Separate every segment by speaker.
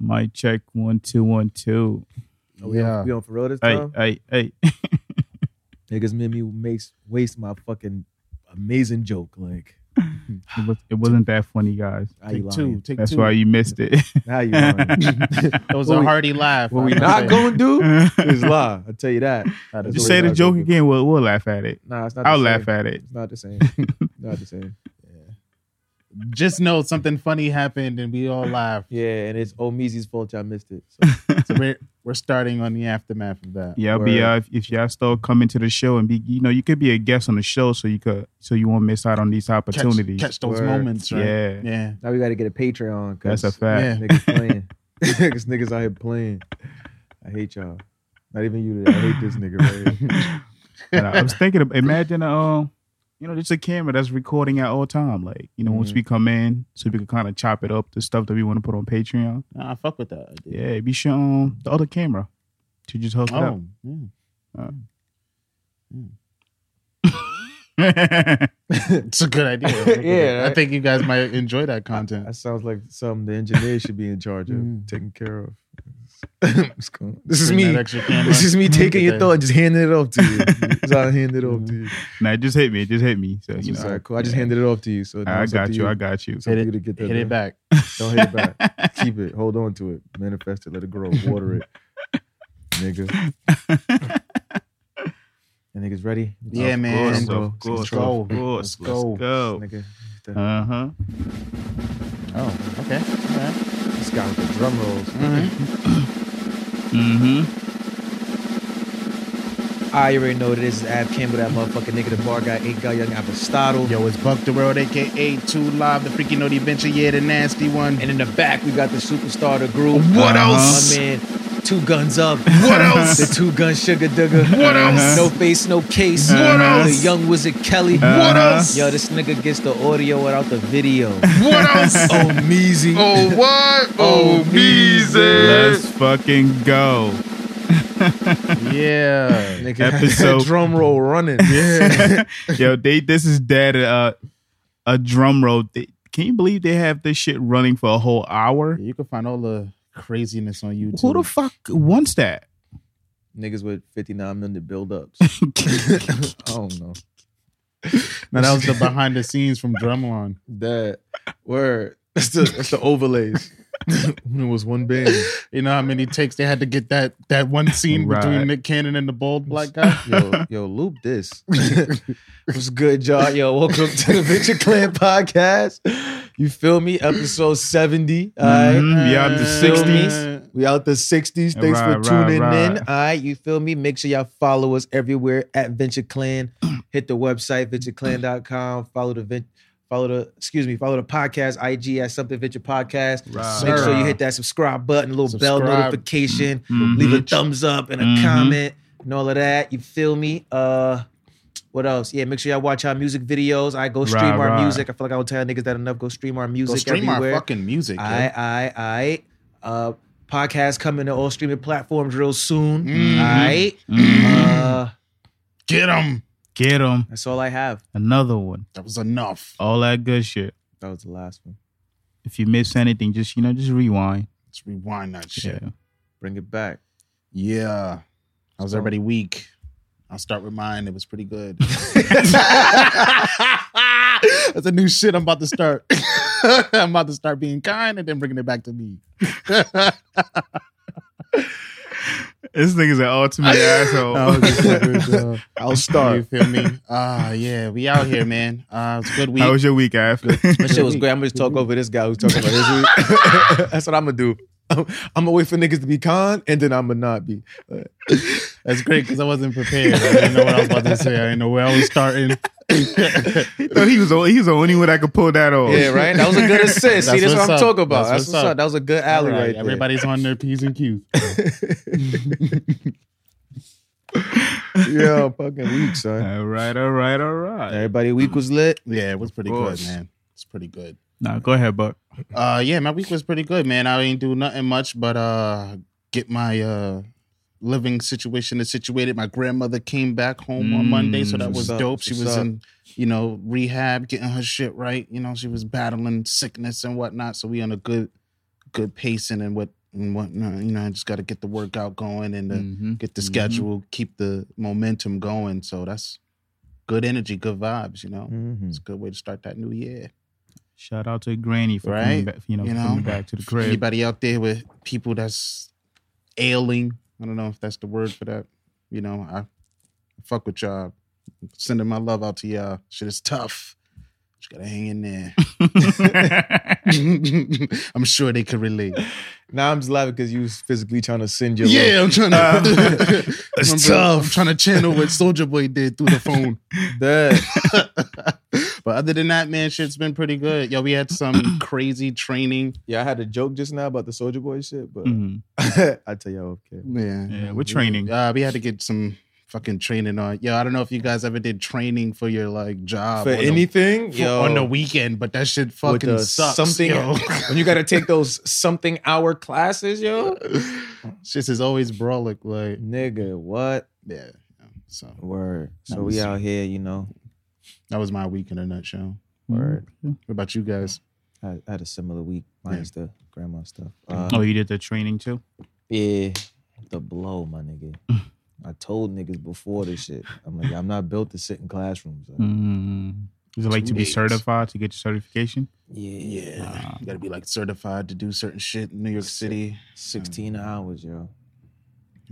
Speaker 1: Mic check one two one two.
Speaker 2: Are we,
Speaker 3: Yeah.
Speaker 2: on, we on for real this
Speaker 1: Hey
Speaker 2: time?
Speaker 1: hey hey.
Speaker 2: Niggas made me makes waste my fucking amazing joke. Like,
Speaker 1: It, was, it wasn't that funny, guys.
Speaker 2: how you
Speaker 3: Take two.
Speaker 2: lying?
Speaker 3: Take
Speaker 1: That's
Speaker 3: two.
Speaker 1: why you missed it.
Speaker 2: How you lying?
Speaker 3: It was
Speaker 2: What
Speaker 3: a
Speaker 2: we-
Speaker 3: hearty laugh.
Speaker 2: what we
Speaker 3: I'm
Speaker 2: not
Speaker 3: saying.
Speaker 2: going to do is
Speaker 1: Just
Speaker 2: lie. I tell you that. Nah, that's what
Speaker 1: say
Speaker 2: we
Speaker 1: the
Speaker 2: not
Speaker 1: joke
Speaker 2: gonna do.
Speaker 1: again. We'll, we'll laugh at it.
Speaker 2: Nah, it's not.
Speaker 1: I'll
Speaker 2: the
Speaker 1: laugh
Speaker 2: same.
Speaker 1: at it.
Speaker 2: It's not the same. not the same.
Speaker 3: Just know something funny happened and we all laughed.
Speaker 2: Yeah, and it's Omizi's fault. Y'all missed it. So,
Speaker 3: So we're, we're starting on the aftermath of that.
Speaker 1: Yeah, but
Speaker 2: Word.
Speaker 1: yeah, if, if y'all still coming to the show and be, you know, you could be a guest on the show, so you could, so you won't miss out on these
Speaker 3: Catch,
Speaker 1: opportunities.
Speaker 3: catch those
Speaker 2: Word.
Speaker 3: moments, right?
Speaker 1: Yeah.
Speaker 3: Yeah.
Speaker 2: now we got to get a Patreon. 'cause
Speaker 1: That's a fact.
Speaker 3: Yeah.
Speaker 2: Niggas playing. Cause niggas out here playing. I hate y'all. Not even you. Today. I hate this nigga right here.
Speaker 1: And I, I was thinking, of, imagine, um, you know, just a camera that's recording at all time. Like, you know, once
Speaker 2: Mhm.
Speaker 3: Mm-hmm.
Speaker 1: we come in, so we can kind of chop it up the stuff that we want to put on Patreon.
Speaker 3: Nah, I fuck with that. idea.
Speaker 1: Yeah, be sure um, the other camera to just hook it up. Uh.
Speaker 3: Oh, yeah. It's a good idea. I like it.
Speaker 2: Yeah, right?
Speaker 3: I think you guys might enjoy that content.
Speaker 2: That sounds like something the engineer should be in charge of,
Speaker 3: Mm.
Speaker 2: taking care of. It's cool. This is
Speaker 3: Bring that
Speaker 2: me.
Speaker 3: extra camera.
Speaker 2: This is me taking your
Speaker 3: Okay.
Speaker 2: thought, and just handing it off to you. Just I hand it off to you.
Speaker 1: nah, it just hit me. It just hit me. So you know,
Speaker 2: It's like, cool. I just
Speaker 1: yeah.
Speaker 2: handed it off to you. So now
Speaker 1: I
Speaker 2: it's up
Speaker 1: got
Speaker 2: to
Speaker 1: you. I got you.
Speaker 2: It's up
Speaker 3: Hit
Speaker 2: to
Speaker 3: it-
Speaker 2: you to get that.
Speaker 3: Hit
Speaker 2: done.
Speaker 3: it back.
Speaker 2: Don't hit it back. Keep it. Hold on to it. Manifest it. Let it grow. Water it, nigga. And niggas ready?
Speaker 3: Yeah,
Speaker 2: Of
Speaker 3: man.
Speaker 2: course,
Speaker 1: Of
Speaker 2: bro.
Speaker 1: course, of
Speaker 2: Six
Speaker 1: course,
Speaker 2: twelve,
Speaker 1: of course.
Speaker 3: Let's go.
Speaker 1: Let's go.
Speaker 2: nigga.
Speaker 1: Uh huh.
Speaker 3: Oh, okay. All right.
Speaker 2: This guy with the drum rolls.
Speaker 3: All right.
Speaker 1: Mm-hmm.
Speaker 2: I already know that this is Ab Campbell, that motherfucking nigga. The bar guy, eight guy, young Aristotle.
Speaker 3: Yo, it's Buck the World, aka Two Live, the freaky naughty venture, yeah, the nasty one.
Speaker 2: And in the back, we got the superstar of the group.
Speaker 3: What
Speaker 1: Uh-huh.
Speaker 3: else?
Speaker 2: My man, two guns up.
Speaker 3: What else?
Speaker 2: The two gun sugar digger.
Speaker 3: What else?
Speaker 2: No
Speaker 1: Uh-huh.
Speaker 2: face, no case.
Speaker 3: What
Speaker 2: The
Speaker 3: else?
Speaker 2: young wizard Kelly.
Speaker 1: What else?
Speaker 2: Yo, this nigga gets the audio without the video.
Speaker 3: What else?
Speaker 2: oh, measy.
Speaker 3: oh, what?
Speaker 2: Oh,
Speaker 1: Let's fucking go.
Speaker 3: Yeah.
Speaker 2: Nigga,
Speaker 1: Episode-
Speaker 2: drum roll running.
Speaker 1: Yo, they this is dead. Uh, a drum roll. They, can you believe they have this shit running for a whole hour?
Speaker 3: You can find all the craziness on YouTube.
Speaker 1: Who the fuck wants that?
Speaker 2: Niggas with 59 minute build ups. I don't know.
Speaker 3: now, that was the behind the scenes from Drumline.
Speaker 2: That word. That's the, that's the overlays. when it was one band.
Speaker 3: You know how many takes they had to get that that one scene
Speaker 1: Right.
Speaker 3: between Nick Cannon and the bald black guy?
Speaker 2: Yo, yo, loop this. What's good, y'all? Yo, welcome to the Venture Clan podcast. You feel me? Episode 70. All right.
Speaker 1: Mhm, we out the
Speaker 2: Feel me?
Speaker 1: 60s.
Speaker 2: We out the 60s. Thanks
Speaker 1: Right,
Speaker 2: for
Speaker 1: right,
Speaker 2: tuning in.
Speaker 1: right.
Speaker 2: All right. You feel me? Make sure y'all follow us everywhere at Venture Clan. Hit the website, ventureclan.com. Follow the vent. Follow the, excuse me, follow the podcast, IG at Something Venture Podcast.
Speaker 1: Right.
Speaker 2: Make sure
Speaker 3: Sir.
Speaker 2: you hit that subscribe button, little bell
Speaker 3: Subscribe.
Speaker 2: notification,
Speaker 1: Mhm.
Speaker 2: leave a thumbs up and a
Speaker 1: Mhm.
Speaker 2: comment and all of that. You feel me? Uh what else? Yeah, make sure y'all watch our music videos. I go stream
Speaker 1: Right,
Speaker 2: our
Speaker 1: right.
Speaker 2: music. I feel like I don't tell niggas that enough. Go stream our
Speaker 3: Go
Speaker 2: music
Speaker 3: stream our
Speaker 2: everywhere.
Speaker 3: fucking music. yo.
Speaker 2: I I I uh podcast coming to all streaming platforms real soon.
Speaker 3: Mhm.
Speaker 2: All
Speaker 1: Mm-hmm.
Speaker 2: right. Uh
Speaker 3: Get him.
Speaker 1: Get them
Speaker 2: that's all I have.
Speaker 1: another one.
Speaker 3: That was enough.
Speaker 1: All that good shit.
Speaker 2: That was the last one.
Speaker 1: If you miss anything, just you know, just rewind.
Speaker 3: Let's rewind that shit.
Speaker 1: Yeah.
Speaker 2: Bring it back.
Speaker 3: Yeah. How's
Speaker 2: So-
Speaker 3: everybody week? I'll start with mine. It was pretty good. That's a new shit I'm about to start. I'm about to start being kind and then bringing it back to me.
Speaker 1: This nigga's an ultimate
Speaker 3: No,
Speaker 1: asshole.
Speaker 3: just fucking, uh, I'll start. You feel me? Ah, yeah. We out here, man. Uh, it's a good week.
Speaker 1: How was your week after?
Speaker 2: That shit was great. I'm gonna just talk over this guy who's talking about his week. That's what I'm gonna do. I'm, I'm gonna wait for niggas to be con, and then I'm gonna not be.
Speaker 3: That's great because I wasn't prepared. I didn't know what I was about to say. I didn't know where I was starting.
Speaker 1: he thought he was the- he was the only one that could pull that off.
Speaker 2: Yeah, right. That was a good assist. See,
Speaker 3: Oh,
Speaker 2: that's
Speaker 3: That's
Speaker 2: what
Speaker 3: what's
Speaker 2: I'm
Speaker 3: up.
Speaker 2: talking about. That's,
Speaker 3: That's
Speaker 2: what's,
Speaker 3: what's
Speaker 2: up.
Speaker 3: up.
Speaker 2: That was a good alley right,
Speaker 3: All
Speaker 2: there.
Speaker 3: Everybody's on their P's and Q's.
Speaker 2: yeah, fucking weak, son.
Speaker 1: All right, all right, all right.
Speaker 2: Everybody week was lit.
Speaker 3: Yeah, it was pretty good,
Speaker 1: course.
Speaker 3: man. It's pretty good.
Speaker 1: Nah, go ahead, Buck.
Speaker 3: Uh yeah, my week was pretty good, man. I ain't do nothing much but uh get my uh living situation is situated. My grandmother came back home on
Speaker 1: Mm,
Speaker 3: Monday, so that
Speaker 2: that's
Speaker 3: was
Speaker 2: what's up,
Speaker 3: dope.
Speaker 2: that's
Speaker 3: She
Speaker 2: what's
Speaker 3: was
Speaker 2: up.
Speaker 3: in, you know, rehab, getting her shit right. You know, she was battling sickness and whatnot. So we on a good, good pacing and what and whatnot. You know, I just got to get the workout going and the,
Speaker 2: Mm.
Speaker 1: Mhm.
Speaker 3: get the
Speaker 1: Mhm.
Speaker 2: Mm-hmm.
Speaker 3: schedule, keep the momentum going. So that's good energy, good vibes. You know,
Speaker 2: Mhm.
Speaker 3: it's a good way to start that new year.
Speaker 1: Shout out to Granny for coming
Speaker 3: Right?
Speaker 1: back, you know,
Speaker 3: You
Speaker 1: coming
Speaker 3: know?
Speaker 1: back to the crib.
Speaker 3: Anybody out there with people that's ailing? I don't know if that's the word for that. You know, I fuck with y'all. Sending my love out to y'all. Shit is tough. Just gotta hang in there. I'm sure they could relate.
Speaker 2: Now I'm just laughing because you was physically trying to send your
Speaker 3: yeah, I'm trying to.
Speaker 1: Uh,
Speaker 3: Remember, I'm trying to channel what Soldier Boy did through the phone.
Speaker 2: Duh.
Speaker 3: but other than that, man, shit's been pretty good. Yo, we had some crazy training.
Speaker 2: Yeah, I had a joke just now about the Soldier Boy shit, but
Speaker 3: Mm.
Speaker 1: Mhm.
Speaker 2: I tell y'all okay.
Speaker 3: Yeah.
Speaker 1: Yeah, we're training.
Speaker 3: Uh, we had to get some fucking training on. Yo, I don't know if you guys ever did training for your like job
Speaker 2: For
Speaker 3: on the-
Speaker 2: anything,
Speaker 3: for-
Speaker 2: yo,
Speaker 3: on the weekend, but that shit
Speaker 2: with
Speaker 3: fucking
Speaker 2: the
Speaker 3: sucks.
Speaker 2: something
Speaker 3: yo.
Speaker 2: when you got to take those something hour classes, yo,
Speaker 3: shit is always brawlic. Like,
Speaker 2: nigga, what
Speaker 3: yeah. yeah. So
Speaker 2: word? So
Speaker 3: That
Speaker 2: we
Speaker 3: was-
Speaker 2: out here, you know.
Speaker 3: that was my week in a nutshell.
Speaker 1: Mm-hmm.
Speaker 2: Word.
Speaker 3: What about you guys?
Speaker 2: I, I had a similar week, minus the grandma stuff. Uh,
Speaker 1: Oh, you did the training too?
Speaker 2: Yeah, the blow, my nigga. I told niggas before this shit. I'm like, I'm not built to sit in classrooms. Like,
Speaker 1: Mm. Is it like
Speaker 3: Two
Speaker 1: to be
Speaker 3: days.
Speaker 1: certified to get your certification?
Speaker 2: Yeah,
Speaker 3: Uh, you gotta be like certified to do certain shit in New York City.
Speaker 2: sixteen hours, yo.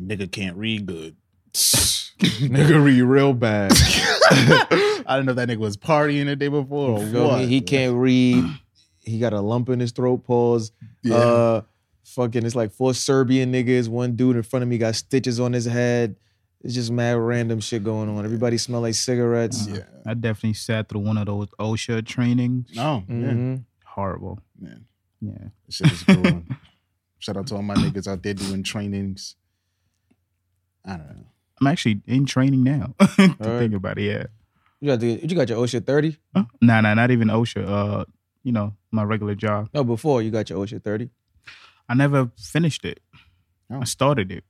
Speaker 3: Nigga can't read good.
Speaker 2: Nigga, read real bad.
Speaker 3: I don't know if that nigga was partying the day before or
Speaker 2: You feel
Speaker 3: what.
Speaker 2: me? He can't read. He got a lump in his throat. Pause.
Speaker 3: Yeah.
Speaker 2: Uh, fucking, it's like four Serbian niggas. One dude in front of me got stitches on his head. It's just mad random shit going on. Everybody smell like cigarettes.
Speaker 3: Yeah.
Speaker 1: I definitely sat through one of those OSHA trainings.
Speaker 3: No. Yeah.
Speaker 2: Mhm.
Speaker 1: Horrible.
Speaker 3: Man.
Speaker 1: Yeah.
Speaker 3: That Shit is grueling. Shout out to all my niggas out there doing trainings. I don't know.
Speaker 1: I'm actually in training now. to
Speaker 2: Alright.
Speaker 1: think about it, yeah.
Speaker 2: You got the, you got your OSHA thirty?
Speaker 1: Huh? Nah, nah, not even OSHA. Uh, you know, my regular job.
Speaker 2: No, before you got your OSHA thirty.
Speaker 1: I never finished it.
Speaker 3: Oh.
Speaker 1: I started it.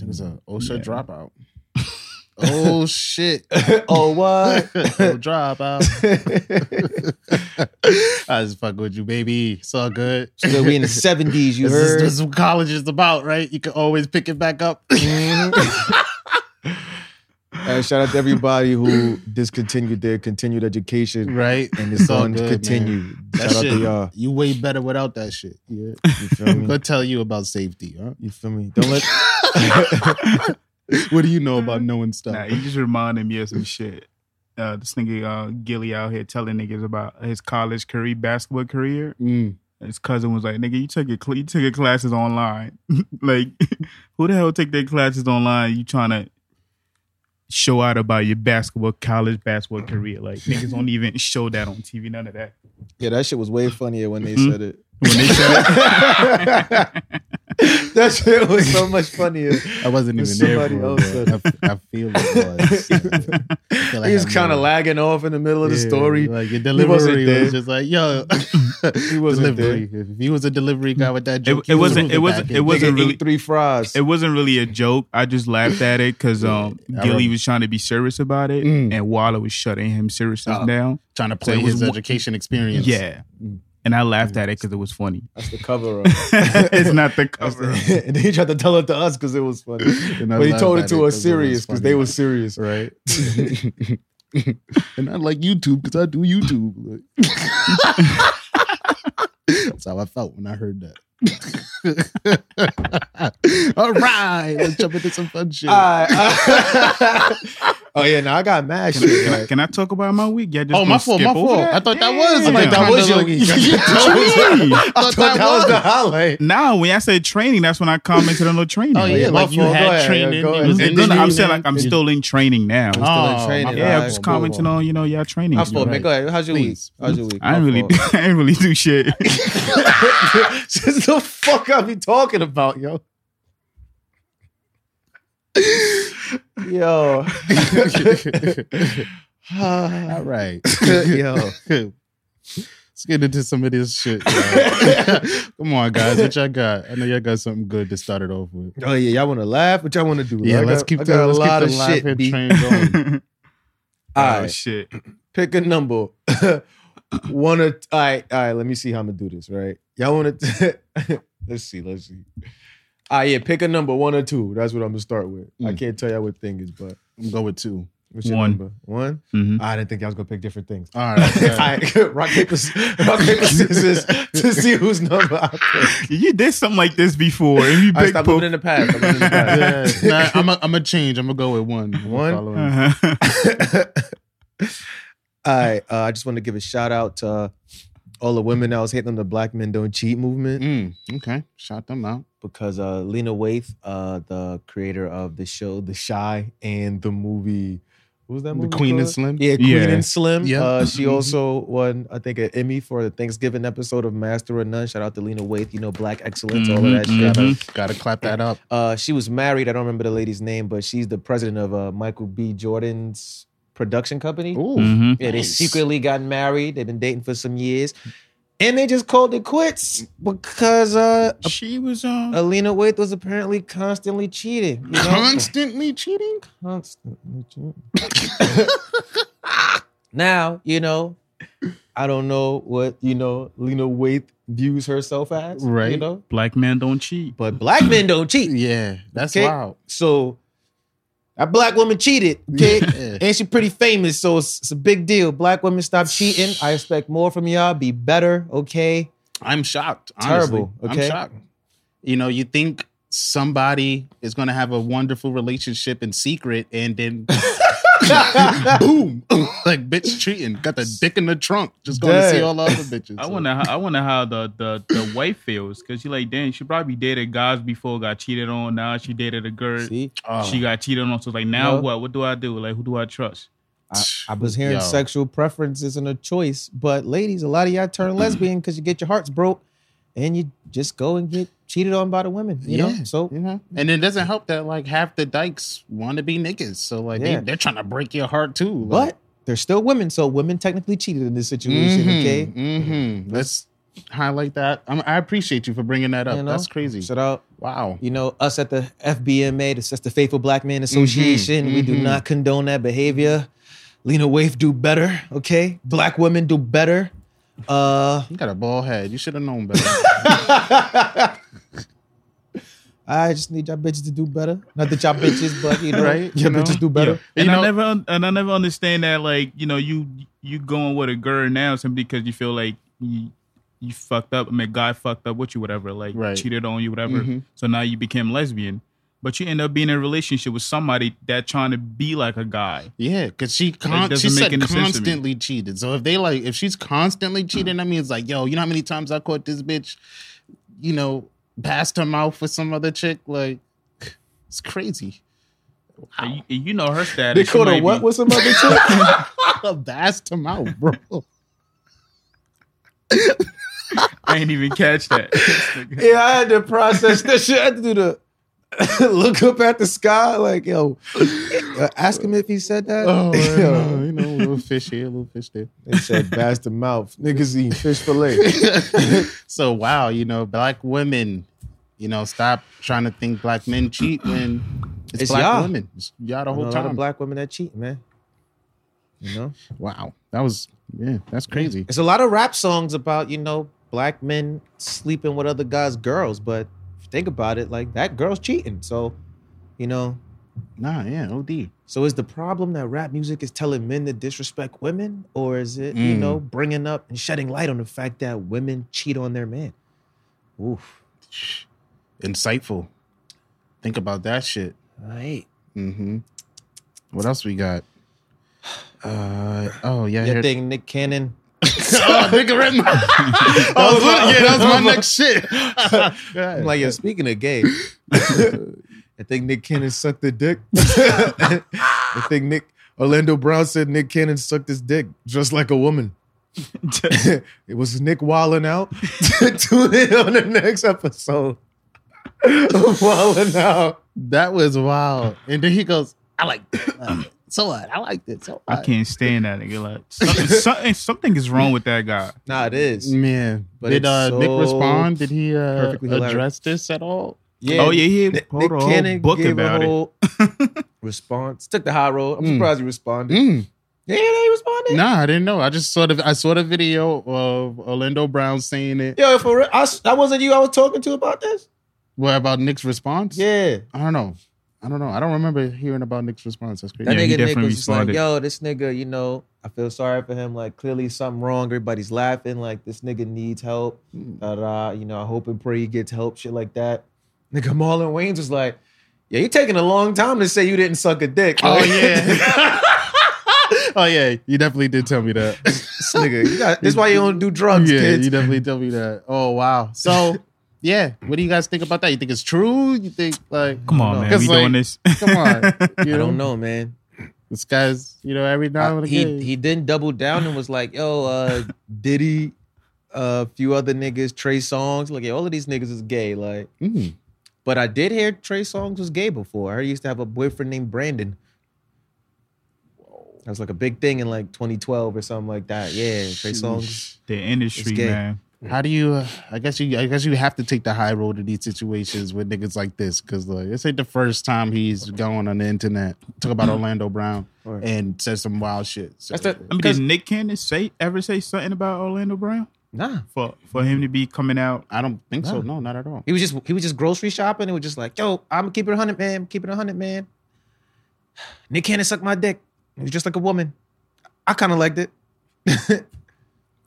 Speaker 3: It was a OSHA
Speaker 1: Yeah.
Speaker 3: dropout. oh shit.
Speaker 2: oh what?
Speaker 3: Oh, dropout. I just fuck with you, baby. It's all good.
Speaker 2: So we in the seventies. You
Speaker 3: this is,
Speaker 2: heard?
Speaker 3: this is what college is about, right? You can always pick it back up.
Speaker 2: And Mm-hmm. shout out to everybody who discontinued their continued education
Speaker 3: right?
Speaker 2: and it's
Speaker 3: all
Speaker 2: on
Speaker 3: good, man.
Speaker 2: continue.
Speaker 3: That
Speaker 2: Shout out to
Speaker 3: shit,
Speaker 2: y'all.
Speaker 3: you way better without that shit. Yeah.
Speaker 2: You feel
Speaker 3: I'm
Speaker 2: me?
Speaker 3: gonna tell you about safety, huh?
Speaker 2: You feel me? Don't let
Speaker 3: What do you know about knowing stuff?
Speaker 1: Nah, you just reminded me of some shit. Uh, this nigga uh, Gilly out here telling niggas about his college career, basketball career.
Speaker 3: Mm.
Speaker 1: His cousin was like, "Nigga, you took your cl- you took your classes online. like, who the hell take their classes online? You trying to show out about your basketball college basketball career? Like, niggas don't even show that on TV. None of that.
Speaker 2: Yeah, that shit was way funnier when they
Speaker 1: Mhm.
Speaker 2: said it.
Speaker 1: When they said it,
Speaker 2: That shit was so much funnier.
Speaker 3: I wasn't
Speaker 2: But
Speaker 3: even there.
Speaker 2: somebody
Speaker 3: For
Speaker 2: else
Speaker 3: it,
Speaker 2: said
Speaker 3: but I, I feel it was. I feel like
Speaker 2: he was
Speaker 3: I
Speaker 2: kind
Speaker 3: know.
Speaker 2: of lagging off in the middle of the
Speaker 3: Yeah,
Speaker 2: story.
Speaker 3: Like your
Speaker 2: wasn't
Speaker 3: delivery
Speaker 2: there.
Speaker 3: was just like, yo,
Speaker 2: He wasn't
Speaker 3: delivery. If he was a delivery guy with that joke,
Speaker 1: it
Speaker 3: he was
Speaker 1: wasn't- it
Speaker 3: moving
Speaker 1: wasn't-
Speaker 3: back
Speaker 1: it
Speaker 3: in.
Speaker 1: wasn't
Speaker 2: Nigga
Speaker 1: really-
Speaker 2: ate three fries.
Speaker 1: it wasn't really a joke. I just laughed at it because um,
Speaker 3: I
Speaker 1: Gilly
Speaker 3: remember.
Speaker 1: was trying to be serious about it,
Speaker 3: Mm.
Speaker 1: and Waller was shutting him serious
Speaker 2: Uh-huh.
Speaker 3: Oh.
Speaker 1: down.
Speaker 3: trying to play
Speaker 1: it was
Speaker 3: his
Speaker 1: one-
Speaker 3: education experience.
Speaker 1: Yeah.
Speaker 3: Mm.
Speaker 1: And I laughed at it because it was funny.
Speaker 2: That's the cover up.
Speaker 1: it's not the
Speaker 2: That's the-
Speaker 1: cover.
Speaker 2: and he tried to tell it to us because it was funny.
Speaker 3: And I
Speaker 2: But he
Speaker 3: laughed
Speaker 2: told
Speaker 3: at
Speaker 2: it to us
Speaker 3: 'cause
Speaker 2: serious because they
Speaker 3: funny.
Speaker 2: were serious.
Speaker 3: right. and I like YouTube because I do YouTube. Like- That's how I felt when I heard that. All right, let's jump into some fun shit.
Speaker 2: Uh, I- I- oh yeah, now I got mad
Speaker 1: Can I,
Speaker 2: shit.
Speaker 1: can, I,
Speaker 2: like-
Speaker 1: can I talk about my week? Y'all just
Speaker 3: oh,
Speaker 1: gonna
Speaker 3: my fault,
Speaker 1: skip
Speaker 3: my
Speaker 1: over
Speaker 3: fault.
Speaker 1: that?
Speaker 3: I thought that was.
Speaker 1: Damn.
Speaker 3: I thought that was
Speaker 2: Kinda
Speaker 3: your
Speaker 2: like-
Speaker 3: week.
Speaker 1: Jeez.
Speaker 2: I thought that was the highlight.
Speaker 1: Now, when I said training, that's when I commented on the training.
Speaker 3: Oh yeah,
Speaker 2: yeah, my
Speaker 3: like you
Speaker 2: fault. Go
Speaker 3: had
Speaker 2: ahead, yeah,
Speaker 3: training.
Speaker 2: go
Speaker 3: it
Speaker 2: ahead.
Speaker 1: No,
Speaker 3: was
Speaker 2: It's-
Speaker 1: no,
Speaker 3: in
Speaker 1: no, I'm
Speaker 3: training.
Speaker 1: saying like I'm
Speaker 3: It-
Speaker 1: still in training now.
Speaker 2: still in
Speaker 3: Oh,
Speaker 2: training.
Speaker 3: my
Speaker 1: Yeah,
Speaker 2: Alright,
Speaker 1: I
Speaker 3: fault.
Speaker 1: was
Speaker 2: cool,
Speaker 1: commenting
Speaker 2: cool.
Speaker 1: on you know y'all training.
Speaker 2: My fault, man. Go ahead. How's your
Speaker 3: Please.
Speaker 2: week? How's your week?
Speaker 1: I
Speaker 2: My
Speaker 1: didn't really,
Speaker 2: fault.
Speaker 1: I didn't really do shit.
Speaker 2: Just the fuck I be talking about, yo. Yo.
Speaker 3: All right.
Speaker 2: Yo.
Speaker 3: Let's get into some of this shit. y'all. Come on, guys. What y'all got? I know y'all got something good to start it off with.
Speaker 2: Oh yeah, y'all want to laugh? What y'all want to do?
Speaker 3: Yeah,
Speaker 2: I
Speaker 3: let's
Speaker 2: got-
Speaker 3: keep
Speaker 2: I
Speaker 3: the,
Speaker 2: got
Speaker 3: let's
Speaker 2: a
Speaker 3: keep
Speaker 2: lot
Speaker 3: the
Speaker 2: of shit.
Speaker 3: laughing
Speaker 2: B.
Speaker 3: train going.
Speaker 2: All
Speaker 1: oh
Speaker 2: right,
Speaker 1: shit!
Speaker 2: pick a number. One or all right, all right. Let me see how I'm gonna do this. Right, y'all want to? let's see. Let's see. All right, yeah. Pick a number, one or two. That's what I'm gonna start with. I
Speaker 3: Mm.
Speaker 2: can't tell y'all what thing is, but
Speaker 3: I'm going with two.
Speaker 2: what's your
Speaker 1: One.
Speaker 2: number? One. Ah,
Speaker 1: hmm
Speaker 2: I didn't think y'all was gonna pick different things.
Speaker 3: All right.
Speaker 2: All right, rock paper, s- rock paper scissors to see whose number I pick.
Speaker 1: You did something like this before, and you
Speaker 2: I
Speaker 1: big
Speaker 2: stopped
Speaker 1: poop.
Speaker 2: living in the past. I'm living in the
Speaker 3: yeah,
Speaker 2: past.
Speaker 3: nah, I'm going to change. I'm going to go with one. I'm
Speaker 2: One?
Speaker 3: following.
Speaker 1: Uh-huh.
Speaker 2: All right, uh, I just want to give a shout out to uh, all the women that was hitting on the Black Men Don't Cheat movement
Speaker 3: Mm, okay. Shout them out.
Speaker 2: because uh, Lena Waithe, uh, the creator of the show The Shy and the movie, what was that
Speaker 3: The
Speaker 2: movie?
Speaker 3: Queen and
Speaker 2: called?
Speaker 3: Slim.
Speaker 2: Yeah, Queen
Speaker 1: Yeah.
Speaker 2: and Slim.
Speaker 3: Yeah.
Speaker 2: Uh, she
Speaker 3: Mhm.
Speaker 2: also won, I think, an Emmy for the Thanksgiving episode of Master of None. Shout out to Lena Waithe, you know, Black Excellence, all of
Speaker 3: Mm-hmm,
Speaker 1: Mhm,
Speaker 2: that shit.
Speaker 1: mhm.
Speaker 3: Gotta, gotta clap that up.
Speaker 2: Uh, she was married. I don't remember the lady's name, but she's the president of uh, Michael B. Jordan's production company.
Speaker 3: Ooh.
Speaker 1: Mhm.
Speaker 2: Yeah, they
Speaker 3: Nice.
Speaker 2: secretly got married. They've been dating for some years, and they just called it quits because uh,
Speaker 1: She was
Speaker 3: um,
Speaker 1: on.
Speaker 2: Alina Waithe was apparently constantly cheating. You know?
Speaker 3: Constantly cheating?
Speaker 2: constantly cheating. now you know. I don't know what you know. Lena Waithe views herself as, You
Speaker 3: Right.
Speaker 2: know,
Speaker 1: Black man don't cheat.
Speaker 2: but black men don't cheat.
Speaker 3: Yeah, that's
Speaker 2: Okay.
Speaker 3: wild.
Speaker 2: So that black woman cheated, okay?
Speaker 3: Yeah.
Speaker 2: and she pretty famous, so it's, it's a big deal. Black women stop cheating. I expect more from y'all. Be better, okay?
Speaker 3: I'm shocked.
Speaker 2: Terrible, okay?
Speaker 3: honestly. I'm shocked. You know, you think somebody is going to have a wonderful relationship in secret, and then boom, like bitch cheating, got the dick in the trunk, just going to see
Speaker 2: Dang.
Speaker 3: all the other bitches.
Speaker 1: I
Speaker 3: So,
Speaker 1: wonder. How, I wonder how the the, the wife feels because she like, damn, she probably dated guys before, got cheated on. Now she dated a girl,
Speaker 2: See,
Speaker 3: oh,
Speaker 1: she got cheated on. So it's like, now
Speaker 2: No.
Speaker 1: what? What do I do? Like, who do I trust?
Speaker 2: I, I was hearing
Speaker 3: Yo.
Speaker 2: sexual preference isn't a choice, but ladies, a lot of y'all turn lesbian because you get your hearts broke and you just go and get cheated on by the women, you know?
Speaker 3: Yeah.
Speaker 2: So,
Speaker 3: you know? And it doesn't help that like half the dykes want to be niggas, so like
Speaker 2: Yeah.
Speaker 3: they, they're trying to break your heart too. Like,
Speaker 2: but they're still women, so women technically cheated in this situation, okay?
Speaker 3: hmm Let's highlight that. I'm, I appreciate you for bringing that up.
Speaker 2: You know?
Speaker 3: That's crazy.
Speaker 2: Shout out
Speaker 3: wow.
Speaker 2: you know, us at the FBMA, that's just the Faithful Black
Speaker 3: Mm-hmm,
Speaker 2: Men Association, we do
Speaker 3: mhm.
Speaker 2: not condone that behavior. Lena Waif do better, okay? Black women do better. Uh,
Speaker 3: You got a bald head. You should have known better.
Speaker 2: I just need y'all bitches to do better. Not that y'all bitches, but you know,
Speaker 3: Right,
Speaker 2: y'all
Speaker 3: you know?
Speaker 2: bitches do better.
Speaker 3: Yeah.
Speaker 1: And
Speaker 3: You
Speaker 1: I
Speaker 3: know-
Speaker 1: never un- and I never understand that like you know you you going with a girl now simply because you feel like you, you fucked up. I mean, God fucked up with you, whatever. Like
Speaker 3: Right.
Speaker 1: cheated on you, whatever.
Speaker 3: Mhm.
Speaker 1: So now you became lesbian, but you end up being in a relationship with somebody that trying to be like a guy.
Speaker 3: yeah, because she con-
Speaker 1: doesn't
Speaker 3: she
Speaker 1: make
Speaker 3: said
Speaker 1: any sense to me.
Speaker 3: constantly cheated. So if they like, if she's constantly cheating, that means like, yo, you know how many times I caught this bitch, you know, passed her mouth with some other chick. Like, it's crazy.
Speaker 1: And you, and you know her status.
Speaker 2: They
Speaker 1: She
Speaker 2: called
Speaker 1: might
Speaker 2: her
Speaker 1: be-
Speaker 2: what with some other chick?
Speaker 3: passed her mouth, bro.
Speaker 1: I ain't even catch that.
Speaker 2: yeah, I had to process this shit. I had to do the look up at the sky, like, yo, uh, ask him if he said that.
Speaker 3: oh,
Speaker 2: Yo.
Speaker 3: no, you know, a little fish here, a little fish there.
Speaker 2: They said bastard mouth. Niggas eat fish fillet.
Speaker 3: so wow, you know, black women, you know, stop trying to think black men cheat when it's,
Speaker 2: It's
Speaker 3: black
Speaker 2: y'all.
Speaker 3: women. It's y'all
Speaker 2: I
Speaker 3: the
Speaker 2: know
Speaker 3: whole
Speaker 2: a lot
Speaker 3: time.
Speaker 2: of black women that cheat, man. You know,
Speaker 3: wow, that was yeah, that's crazy.
Speaker 2: it's a lot of rap songs about you know black men sleeping with other guys' girls, but if you think about it, like that girl's cheating. So, you know,
Speaker 3: Nah, yeah, OD.
Speaker 2: so is the problem that rap music is telling men to disrespect women, or is it you
Speaker 3: Mm.
Speaker 2: know bringing up and shedding light on the fact that women cheat on their men? Oof.
Speaker 3: Insightful. Think about that shit.
Speaker 2: All right.
Speaker 3: Mm-hmm. What else we got? Uh oh yeah,
Speaker 2: Your
Speaker 3: here-
Speaker 2: thing, Nick Cannon.
Speaker 3: oh, nigga Red Mouth. I was looking- Oh, yeah, that was my next shit. Go ahead.
Speaker 2: I'm like, yo, speaking of gay, I think Nick Cannon sucked the dick. I think Nick Orlando Brown said Nick Cannon sucked his dick just like a woman. it was Nick Wallen out. Tune in on the next episode. Wallen out.
Speaker 3: that was wild. And then he goes, I like that. So what? I liked it. So
Speaker 1: I
Speaker 3: what?
Speaker 1: can't stand that nigga. Like something, something, something is wrong with that guy.
Speaker 4: Nah, it
Speaker 1: Mm.
Speaker 4: is.
Speaker 3: Man,
Speaker 4: But
Speaker 3: did
Speaker 4: it's
Speaker 3: uh, Nick
Speaker 4: so
Speaker 3: respond? Did he uh,
Speaker 4: perfectly hilarious.
Speaker 3: address this at all?
Speaker 4: Yeah.
Speaker 1: Oh yeah, he had
Speaker 4: Nick,
Speaker 1: wrote a
Speaker 4: Nick
Speaker 1: whole
Speaker 4: Cannon
Speaker 1: book
Speaker 4: gave
Speaker 1: about it.
Speaker 4: a whole response. Took the high road. I'm
Speaker 3: Mm.
Speaker 4: surprised he responded.
Speaker 3: Mm.
Speaker 4: Yeah, they responded.
Speaker 3: Nah, I didn't know. I just saw the I saw the video of Orlando Brown saying it.
Speaker 4: Yo, for real, I, s- that wasn't you I was talking to about this?
Speaker 3: What about Nick's response?
Speaker 4: Yeah.
Speaker 3: I don't know. I don't know. I don't remember hearing about Nick's response. That's crazy.
Speaker 4: That
Speaker 1: Yeah, he
Speaker 4: nigga Nick
Speaker 1: definitely
Speaker 4: was just like,
Speaker 1: responded.
Speaker 4: yo, this nigga, you know, I feel sorry for him. Like, clearly something wrong. Everybody's laughing. Like, this nigga needs help. Da, da, you know, I hope and pray he gets help, shit like that. Nigga Marlon Wayans was like, yeah, you're taking a long time to say you didn't suck a dick.
Speaker 3: Oh
Speaker 4: Like,
Speaker 3: yeah. oh yeah. You definitely did tell me that.
Speaker 4: this nigga, you got, this why you don't do drugs,
Speaker 3: yeah,
Speaker 4: kids.
Speaker 3: you definitely told me that. Oh wow. So yeah, what do you guys think about that? You think it's true? You think like
Speaker 1: Come on, man,
Speaker 3: 'Cause,
Speaker 1: we
Speaker 3: like,
Speaker 1: doing this.
Speaker 3: Come on. You
Speaker 4: I don't know, man.
Speaker 3: This guy's, you know, every now
Speaker 4: I-
Speaker 3: and again.
Speaker 4: Uh, he he then doubled down and was like, "Yo, uh, Diddy, uh, a few other niggas, Trey Songs, like yeah, all of these niggas is gay." Like,
Speaker 3: Mm.
Speaker 4: but I did hear Trey Songs was gay before. I heard he used to have a boyfriend named Brandon. That was like a big thing in like 2012 or something like that. Yeah, Trey Songs.
Speaker 1: the
Speaker 4: It's
Speaker 1: industry,
Speaker 4: gay.
Speaker 1: man.
Speaker 3: How do you? Uh, I guess you. I guess you have to take the high road in these situations with niggas like this, because like this ain't the first time he's going on the internet talk about Orlando Brown
Speaker 4: Mm-hmm. Right.
Speaker 3: and said some wild shit. So,
Speaker 4: That's the-
Speaker 1: I mean, did Nick Cannon say ever say something about Orlando Brown
Speaker 4: Nah,
Speaker 1: for for him to be coming out?
Speaker 3: I don't think so.
Speaker 4: No.
Speaker 3: No, not at all.
Speaker 4: he was just he was just grocery shopping and was just like, "Yo, I'm gonna keep it 100, man. Keep it 100, man." Nick Cannon sucked my dick. He was just like a woman. I kind of liked it.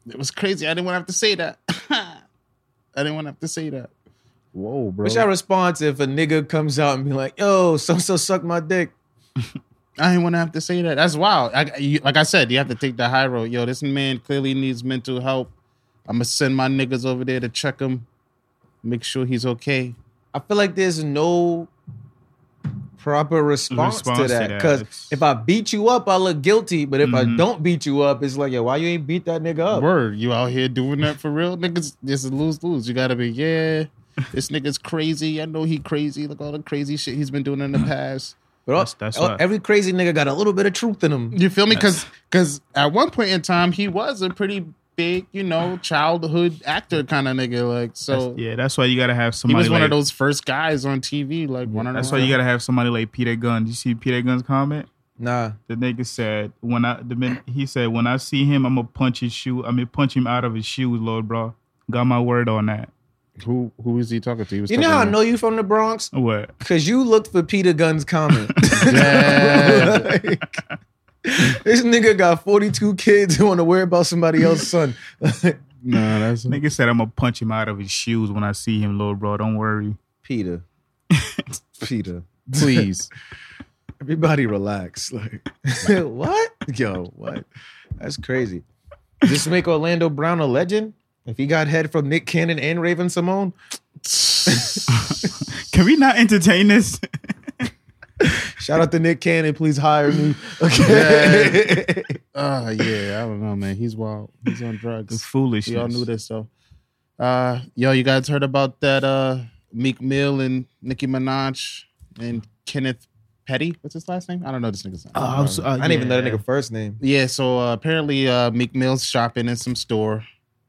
Speaker 3: It was crazy. I didn't want to have to say that. I didn't want to have to say that. Whoa, bro.
Speaker 4: What's your response if a nigga comes out and be like, "Yo, so so suck my dick"?
Speaker 3: I didn't want to have to say that. That's wild. I, you, like I said, you have to take the high road. Yo, this man clearly needs mental help. I'm gonna send my niggas over there to check him, make sure he's okay.
Speaker 4: I feel like there's no proper response, to
Speaker 1: Response to
Speaker 4: that
Speaker 1: that.
Speaker 4: because
Speaker 1: It's-
Speaker 4: if I beat you up, I look guilty. But if I
Speaker 1: Mhm.
Speaker 4: don't beat you up, it's like, "Yo, why you ain't beat that nigga up?"
Speaker 3: Word, you out here doing that for real, niggas? This is lose lose. You gotta be yeah. This nigga's crazy. I know he crazy. Look all the crazy shit he's been doing in the past.
Speaker 4: But all-
Speaker 1: That's- that's
Speaker 4: all-
Speaker 1: why.
Speaker 4: every crazy nigga got a little bit of truth in him.
Speaker 3: You feel me? Because because at one point in time he was a pretty big, you know, childhood actor kind of nigga. Like so,
Speaker 4: Oh.
Speaker 1: Yeah, that's why you gotta have
Speaker 3: he
Speaker 1: somebody.
Speaker 3: was one
Speaker 1: like-
Speaker 3: of those first guys on TV. Like one of
Speaker 1: That's why
Speaker 3: them-
Speaker 1: you gotta have somebody like Peter Gunn. Did you see Peter Gunn's comment?
Speaker 4: Nah,
Speaker 1: The nigga said when I the min, he said when I see him, I'm gonna punch his shoe. I mean, punch him out of his shoes, Lord, bro. Got my word on that.
Speaker 3: Who who is he talking to? He was
Speaker 4: you know how I
Speaker 3: talking
Speaker 4: know you from the Bronx
Speaker 1: What?
Speaker 4: because you looked for Peter Gunn's comment.
Speaker 3: to- Yeah.
Speaker 4: Like, this nigga got 42 kids who want to worry about somebody else's son.
Speaker 3: nah, that's
Speaker 1: Nigga said I'm gonna punch him out of his shoes when I see him, Lord, bro. Don't worry.
Speaker 4: Peter. Peter.
Speaker 3: please.
Speaker 4: Everybody relax. Like what? Yo, what? That's crazy. Just make Orlando Brown a legend? If he got head from Nick Cannon and Raven Simone,
Speaker 1: Can we not entertain this?
Speaker 4: shout out to Nick Cannon. Please hire me. Okay.
Speaker 3: Ah, yeah, I don't know, man. He's wild. He's on
Speaker 1: It's
Speaker 3: drugs.
Speaker 1: foolishness.
Speaker 3: We all knew this, so. Uh, yo, you guys heard about that? Uh, Meek Mill and Nicki Minaj and Kenneth Petty. What's his last name? I don't know this nigga's name.
Speaker 1: Oh, I, was- uh,
Speaker 4: I didn't even know that
Speaker 1: yeah.
Speaker 4: nigga first name.
Speaker 3: Yeah, so uh, apparently uh, Meek Mill's shopping in some store,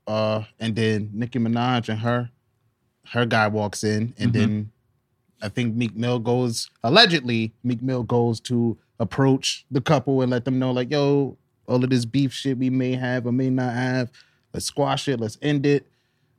Speaker 3: uh, and then Nicki Minaj and her her guy walks in, and
Speaker 1: Mhm.
Speaker 3: then I think Meek Mill goes allegedly Meek Mill goes to approach the couple and let them know like, yo, all of this beef shit we may have or may not have, let's squash it, let's end it.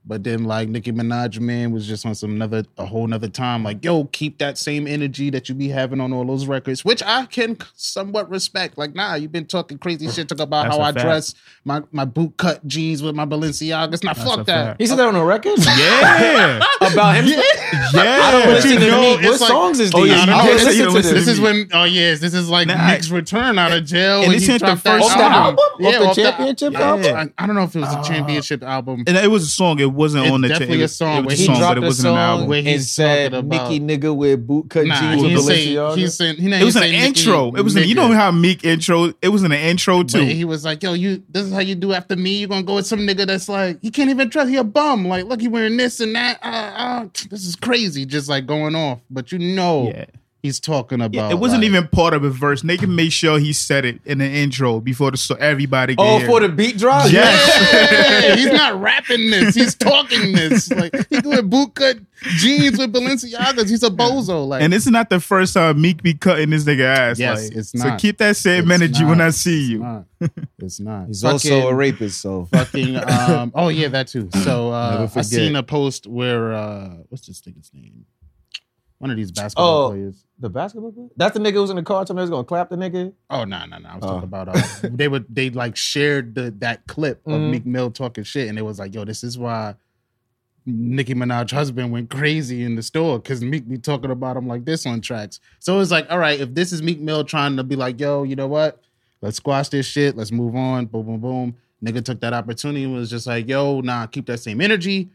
Speaker 3: But then like Nicki Minaj man was just on some another a whole nother time like yo keep that same energy that you be having on all those records which I can somewhat respect like nah you've been talking crazy shit talk about
Speaker 1: That's
Speaker 3: how
Speaker 1: a
Speaker 3: I
Speaker 1: fact.
Speaker 3: dress my my boot cut jeans with my Balenciagas nah
Speaker 1: That's a
Speaker 3: fuck that
Speaker 1: fact.
Speaker 4: He said that on a record?
Speaker 1: Yeah.
Speaker 4: About him?
Speaker 1: Yeah.
Speaker 4: I don't
Speaker 3: But
Speaker 4: want to
Speaker 3: you
Speaker 4: see the
Speaker 3: know,
Speaker 4: Meek. What
Speaker 3: it's like-
Speaker 4: songs is
Speaker 1: Oh,
Speaker 4: these?
Speaker 1: yeah,
Speaker 4: I
Speaker 1: you
Speaker 4: don't
Speaker 1: know,
Speaker 4: wanna
Speaker 1: listen- you
Speaker 4: listen
Speaker 1: know,
Speaker 4: to
Speaker 1: listen-
Speaker 3: This
Speaker 1: to
Speaker 3: is when oh yes, this is like
Speaker 1: Nah,
Speaker 3: Nick's return out of jail.
Speaker 1: and
Speaker 3: when
Speaker 1: this
Speaker 3: he
Speaker 1: ain't the
Speaker 3: dropped that
Speaker 1: first
Speaker 4: Off the
Speaker 3: album.
Speaker 4: album?
Speaker 3: Yeah,
Speaker 4: Off the
Speaker 3: that-
Speaker 4: championship
Speaker 3: yeah,
Speaker 4: album?
Speaker 3: I, I don't know if it was a
Speaker 1: Uh,
Speaker 3: championship album.
Speaker 1: And it was a song. It wasn't
Speaker 3: It's
Speaker 1: on the.
Speaker 3: definitely
Speaker 1: it-
Speaker 3: a song
Speaker 1: It
Speaker 3: where
Speaker 1: was a
Speaker 4: He
Speaker 3: song,
Speaker 4: dropped
Speaker 1: but it
Speaker 4: a
Speaker 1: wasn't an
Speaker 4: song
Speaker 1: album.
Speaker 3: Where
Speaker 4: and
Speaker 3: he's
Speaker 4: said
Speaker 3: talking about-
Speaker 4: Nicky nigga with bootcut
Speaker 3: Nah,
Speaker 4: jeans
Speaker 1: he
Speaker 4: with
Speaker 1: didn't
Speaker 3: say-
Speaker 4: Balenciaga.
Speaker 3: he said- he didn't
Speaker 1: It was an
Speaker 3: say Nicki,
Speaker 1: intro. It was. An, you know
Speaker 3: nigga.
Speaker 1: how Meek intro. It was in an intro
Speaker 3: But
Speaker 1: too.
Speaker 3: he was like, "Yo, you. This is how you do after me. You gonna go with some nigga that's like, he can't even trust. He a bum. Like, look, he wearing this and that. Uh, uh, this is crazy. Just like going off. But you know,
Speaker 1: yeah.
Speaker 3: he's talking about.
Speaker 1: Yeah, it wasn't
Speaker 3: Oh, like-
Speaker 1: even part of a verse. They can make sure he said it in the intro before the so everybody. Can
Speaker 4: Oh,
Speaker 1: hear
Speaker 4: for
Speaker 1: it.
Speaker 4: the beat drop?
Speaker 3: Yeah, he's not rapping this. He's talking this. Like he with bootcut jeans with Balenciagas. He's a bozo. Like
Speaker 1: And this is not the first time Meek be cutting this nigga ass.
Speaker 3: Yes,
Speaker 1: like,
Speaker 3: it's
Speaker 1: So
Speaker 3: not.
Speaker 1: keep that same
Speaker 3: It's
Speaker 1: energy when
Speaker 3: not.
Speaker 1: I see
Speaker 3: it's
Speaker 1: you.
Speaker 3: not. It's not.
Speaker 4: He's
Speaker 3: Fucking-
Speaker 4: also a rapist, so.
Speaker 3: fucking um oh yeah that too so uh
Speaker 2: Never
Speaker 3: i
Speaker 2: forget.
Speaker 3: seen a post where uh what's this nigga's name one of these basketball
Speaker 4: Oh.
Speaker 3: players
Speaker 4: The basketball player? That's the nigga who was in the car told me they was going to clap the nigga?
Speaker 3: oh no no no i was
Speaker 4: Oh.
Speaker 3: talking about uh, they would they like shared the that clip of
Speaker 4: Mhm.
Speaker 3: meek mill talking shit and it was like yo this is why Nicki Minaj husband went crazy in the store because Meek be talking about him like this on tracks. So it's like, all right, if this is Meek Mill trying to be like, yo, you know what? Let's squash this shit. Let's move on. Boom, boom, boom. Nigga took that opportunity and was just like, yo, nah, keep that same energy.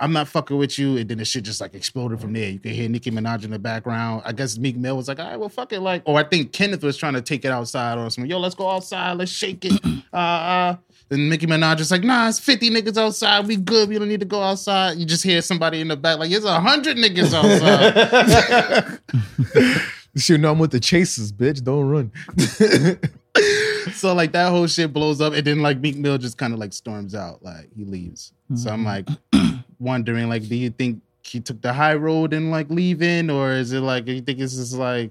Speaker 3: I'm not fucking with you. And then the shit just like exploded from there. You can hear Nicki Minaj in the background. I guess Meek Mill was like, all right, well, fuck it. Like, or I think Kenneth was trying to take it outside or something. Yo, let's go outside. Let's shake it. Uh, uh. And Nicki Minaj is like, nah, it's 50 niggas outside. We good. We don't need to go outside. You just hear somebody in the back like, it's 100 niggas outside.
Speaker 2: Shoot, no, I'm with the chasers, bitch. Don't run.
Speaker 3: so like that whole shit blows up, and then like Meek Mill just kind of like storms out, like he leaves. So I'm like
Speaker 1: Mm-hmm.
Speaker 3: wondering, like, do you think he took the high road and like leaving, or is it like you think it's just like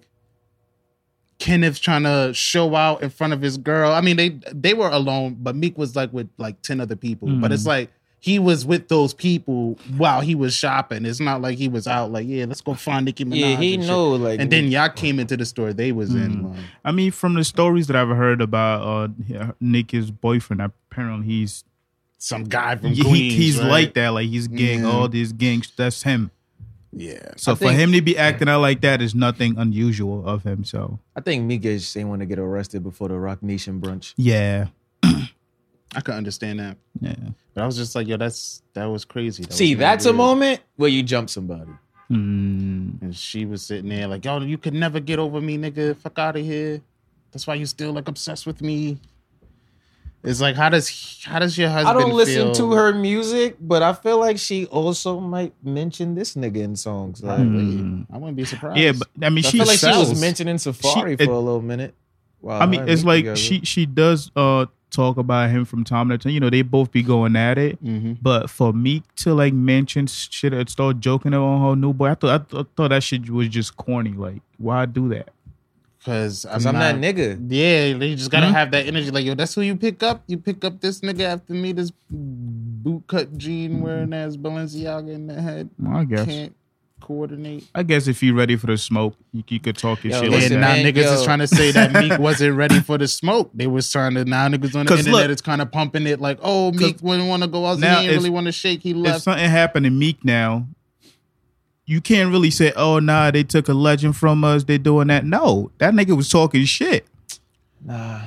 Speaker 3: Kenneth trying to show out in front of his girl? I mean, they they were alone, but Meek was like with like ten other people, but
Speaker 1: Mm-hmm.
Speaker 3: it's like. He was with those people while he was shopping. It's not like he was out like, yeah, let's go find Nicki Minaj.
Speaker 4: Yeah, he
Speaker 3: and shit.
Speaker 4: know. Like,
Speaker 3: And then y'all came into the store they was in. Like,
Speaker 1: I mean, from the stories that I've heard about uh, Nicki's boyfriend, apparently he's
Speaker 3: some guy from
Speaker 1: he-
Speaker 3: Queens.
Speaker 1: he's
Speaker 3: right?
Speaker 1: like that. Like he's gang,
Speaker 3: Yeah.
Speaker 1: all these gangs. That's him.
Speaker 3: Yeah.
Speaker 1: So
Speaker 4: I
Speaker 1: for
Speaker 4: think-
Speaker 1: him to be acting out like that is nothing unusual of him. So
Speaker 4: I think Meek just ain't want to get arrested before the Rock Nation brunch.
Speaker 1: yeah,
Speaker 3: I could understand that.
Speaker 1: yeah.
Speaker 3: But I was just like, yo, that's that was crazy. That
Speaker 4: See,
Speaker 3: was
Speaker 4: that's a
Speaker 3: weird.
Speaker 4: moment where you jump somebody. Hmm.
Speaker 1: Mm.
Speaker 3: And she was sitting there like, yo, you could never get over me, nigga. Fuck out of here. That's why you still like obsessed with me. It's like, how does he- how does your
Speaker 4: I
Speaker 3: husband?
Speaker 4: don't listen
Speaker 3: feel-
Speaker 4: to her music, but I feel like she also might mention this nigga in songs. Like,
Speaker 3: Probably.
Speaker 1: Mm.
Speaker 3: I wouldn't be surprised.
Speaker 1: Yeah, but I mean,
Speaker 4: I
Speaker 1: she
Speaker 4: feel like she
Speaker 1: sells.
Speaker 4: was uh, mentioning Safari
Speaker 1: She-
Speaker 4: for a little minute. Wow,
Speaker 1: I mean, it's like she she does uh talk about him from time to time. You know, they both be going at it.
Speaker 3: Mhm.
Speaker 1: But for Meek to like mention shit and start joking on her new boy, I thought I, th- I thought that shit was just corny. Like, why do that?
Speaker 3: because I'm,
Speaker 4: Cause I'm
Speaker 3: not.
Speaker 4: that nigga.
Speaker 3: yeah, they just gotta
Speaker 1: Mhm.
Speaker 3: have that energy. Like, yo, that's who you pick up. You pick up this nigga after me, this bootcut jean
Speaker 1: Mm-hmm.
Speaker 3: wearing ass Balenciaga in the head.
Speaker 1: I guess
Speaker 3: Can't coordinate.
Speaker 1: I guess if you're ready for the smoke, you, you could talk your
Speaker 4: Yo,
Speaker 1: shit
Speaker 4: listen,
Speaker 1: like
Speaker 3: and
Speaker 1: that.
Speaker 3: now
Speaker 4: man,
Speaker 3: niggas is
Speaker 4: yo.
Speaker 3: trying to say that Meek wasn't ready for the smoke. They was trying to now niggas on the
Speaker 1: 'Cause
Speaker 3: internet
Speaker 1: look-
Speaker 3: is kind of pumping it like, oh, Meek wouldn't want to go out. He
Speaker 1: Now,
Speaker 3: didn't
Speaker 1: if-
Speaker 3: really want to shake. He
Speaker 1: if
Speaker 3: left.
Speaker 1: something happened to Meek now, you can't really say, "Oh, nah, they took a legend from us. They're doing that." No, that nigga was talking shit.
Speaker 4: Nah,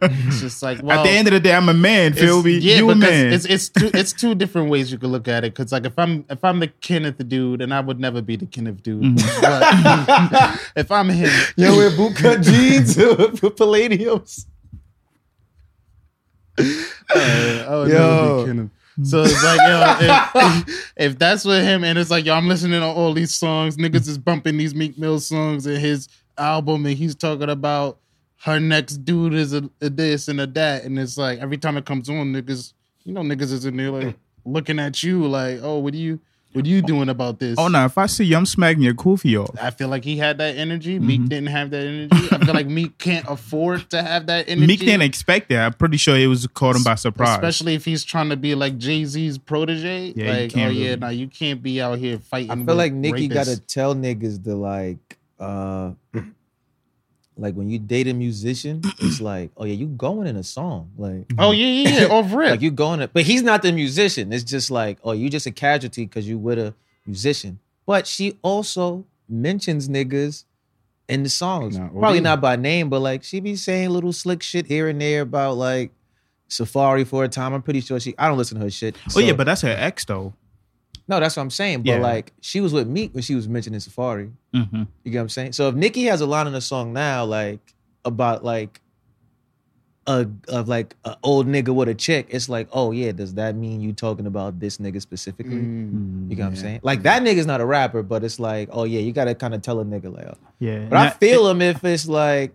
Speaker 3: It's just like well,
Speaker 1: At the end of the day, I'm a man.
Speaker 3: it's-
Speaker 1: Feel me? you a
Speaker 3: because
Speaker 1: man?
Speaker 3: It's it's two it's two different ways you can look at it. Cause like if I'm if I'm the Kenneth dude, and I would never be the Kenneth dude.
Speaker 1: Mm-hmm.
Speaker 3: but if I'm him,
Speaker 4: yo, wear bootcut jeans for palladiums.
Speaker 3: Uh, I would never
Speaker 2: Yo.
Speaker 3: be Kenneth. So it's like, yo, if, if that's with him, and it's like, yo, I'm listening to all these songs. Niggas is bumping these Meek Mill songs in his album, and he's talking about her next dude is a, a this and a that. And it's like, every time it comes on, niggas, you know, niggas is in there like looking at you, like, oh, what are you, what are you doing about this?
Speaker 1: oh no! If I see you, I'm smacking your koofy off.
Speaker 3: I feel like he had that energy.
Speaker 1: Mm-hmm.
Speaker 3: Meek didn't have that energy. I feel like Meek can't afford to have that energy.
Speaker 1: Meek didn't expect that. I'm pretty sure it was caught him by surprise.
Speaker 3: Especially if he's trying to be like Jay Z's protege.
Speaker 1: Yeah, you
Speaker 3: like, oh
Speaker 1: can't
Speaker 3: yeah,
Speaker 1: really-
Speaker 3: now you can't be out here fighting.
Speaker 4: I feel
Speaker 3: with
Speaker 4: like Nikki
Speaker 3: rapists.
Speaker 4: gotta tell niggas to like, uh, like when you date a musician, it's like, oh yeah, you going in a song, like,
Speaker 3: Oh yeah, yeah, yeah. Off rip.
Speaker 4: like you going, in, but he's not the musician. It's just like, oh, you just a casualty because you with a musician. But she also mentions niggas in the songs,
Speaker 3: Nah, OD.
Speaker 4: probably not by name, but like she be saying little slick shit here and there about like Safari for a time. I'm pretty sure she. I don't listen to her shit.
Speaker 1: oh yeah,
Speaker 4: so-
Speaker 1: but that's her ex though.
Speaker 4: no, that's what I'm saying. But
Speaker 1: Yeah.
Speaker 4: like she was with Meek when she was mentioning Safari.
Speaker 1: Mm-hmm.
Speaker 4: You get what I'm saying? So if Nikki has a line in a song now, like about like a of like an old nigga with a chick, it's like, oh yeah, does that mean you talking about this nigga specifically?
Speaker 3: Mm,
Speaker 4: You get what I'm
Speaker 3: Yeah.
Speaker 4: saying? Like that nigga's not a rapper, but it's like, oh yeah, you gotta kind of tell a nigga like, oh.
Speaker 1: Yeah.
Speaker 4: but I feel him if it's like,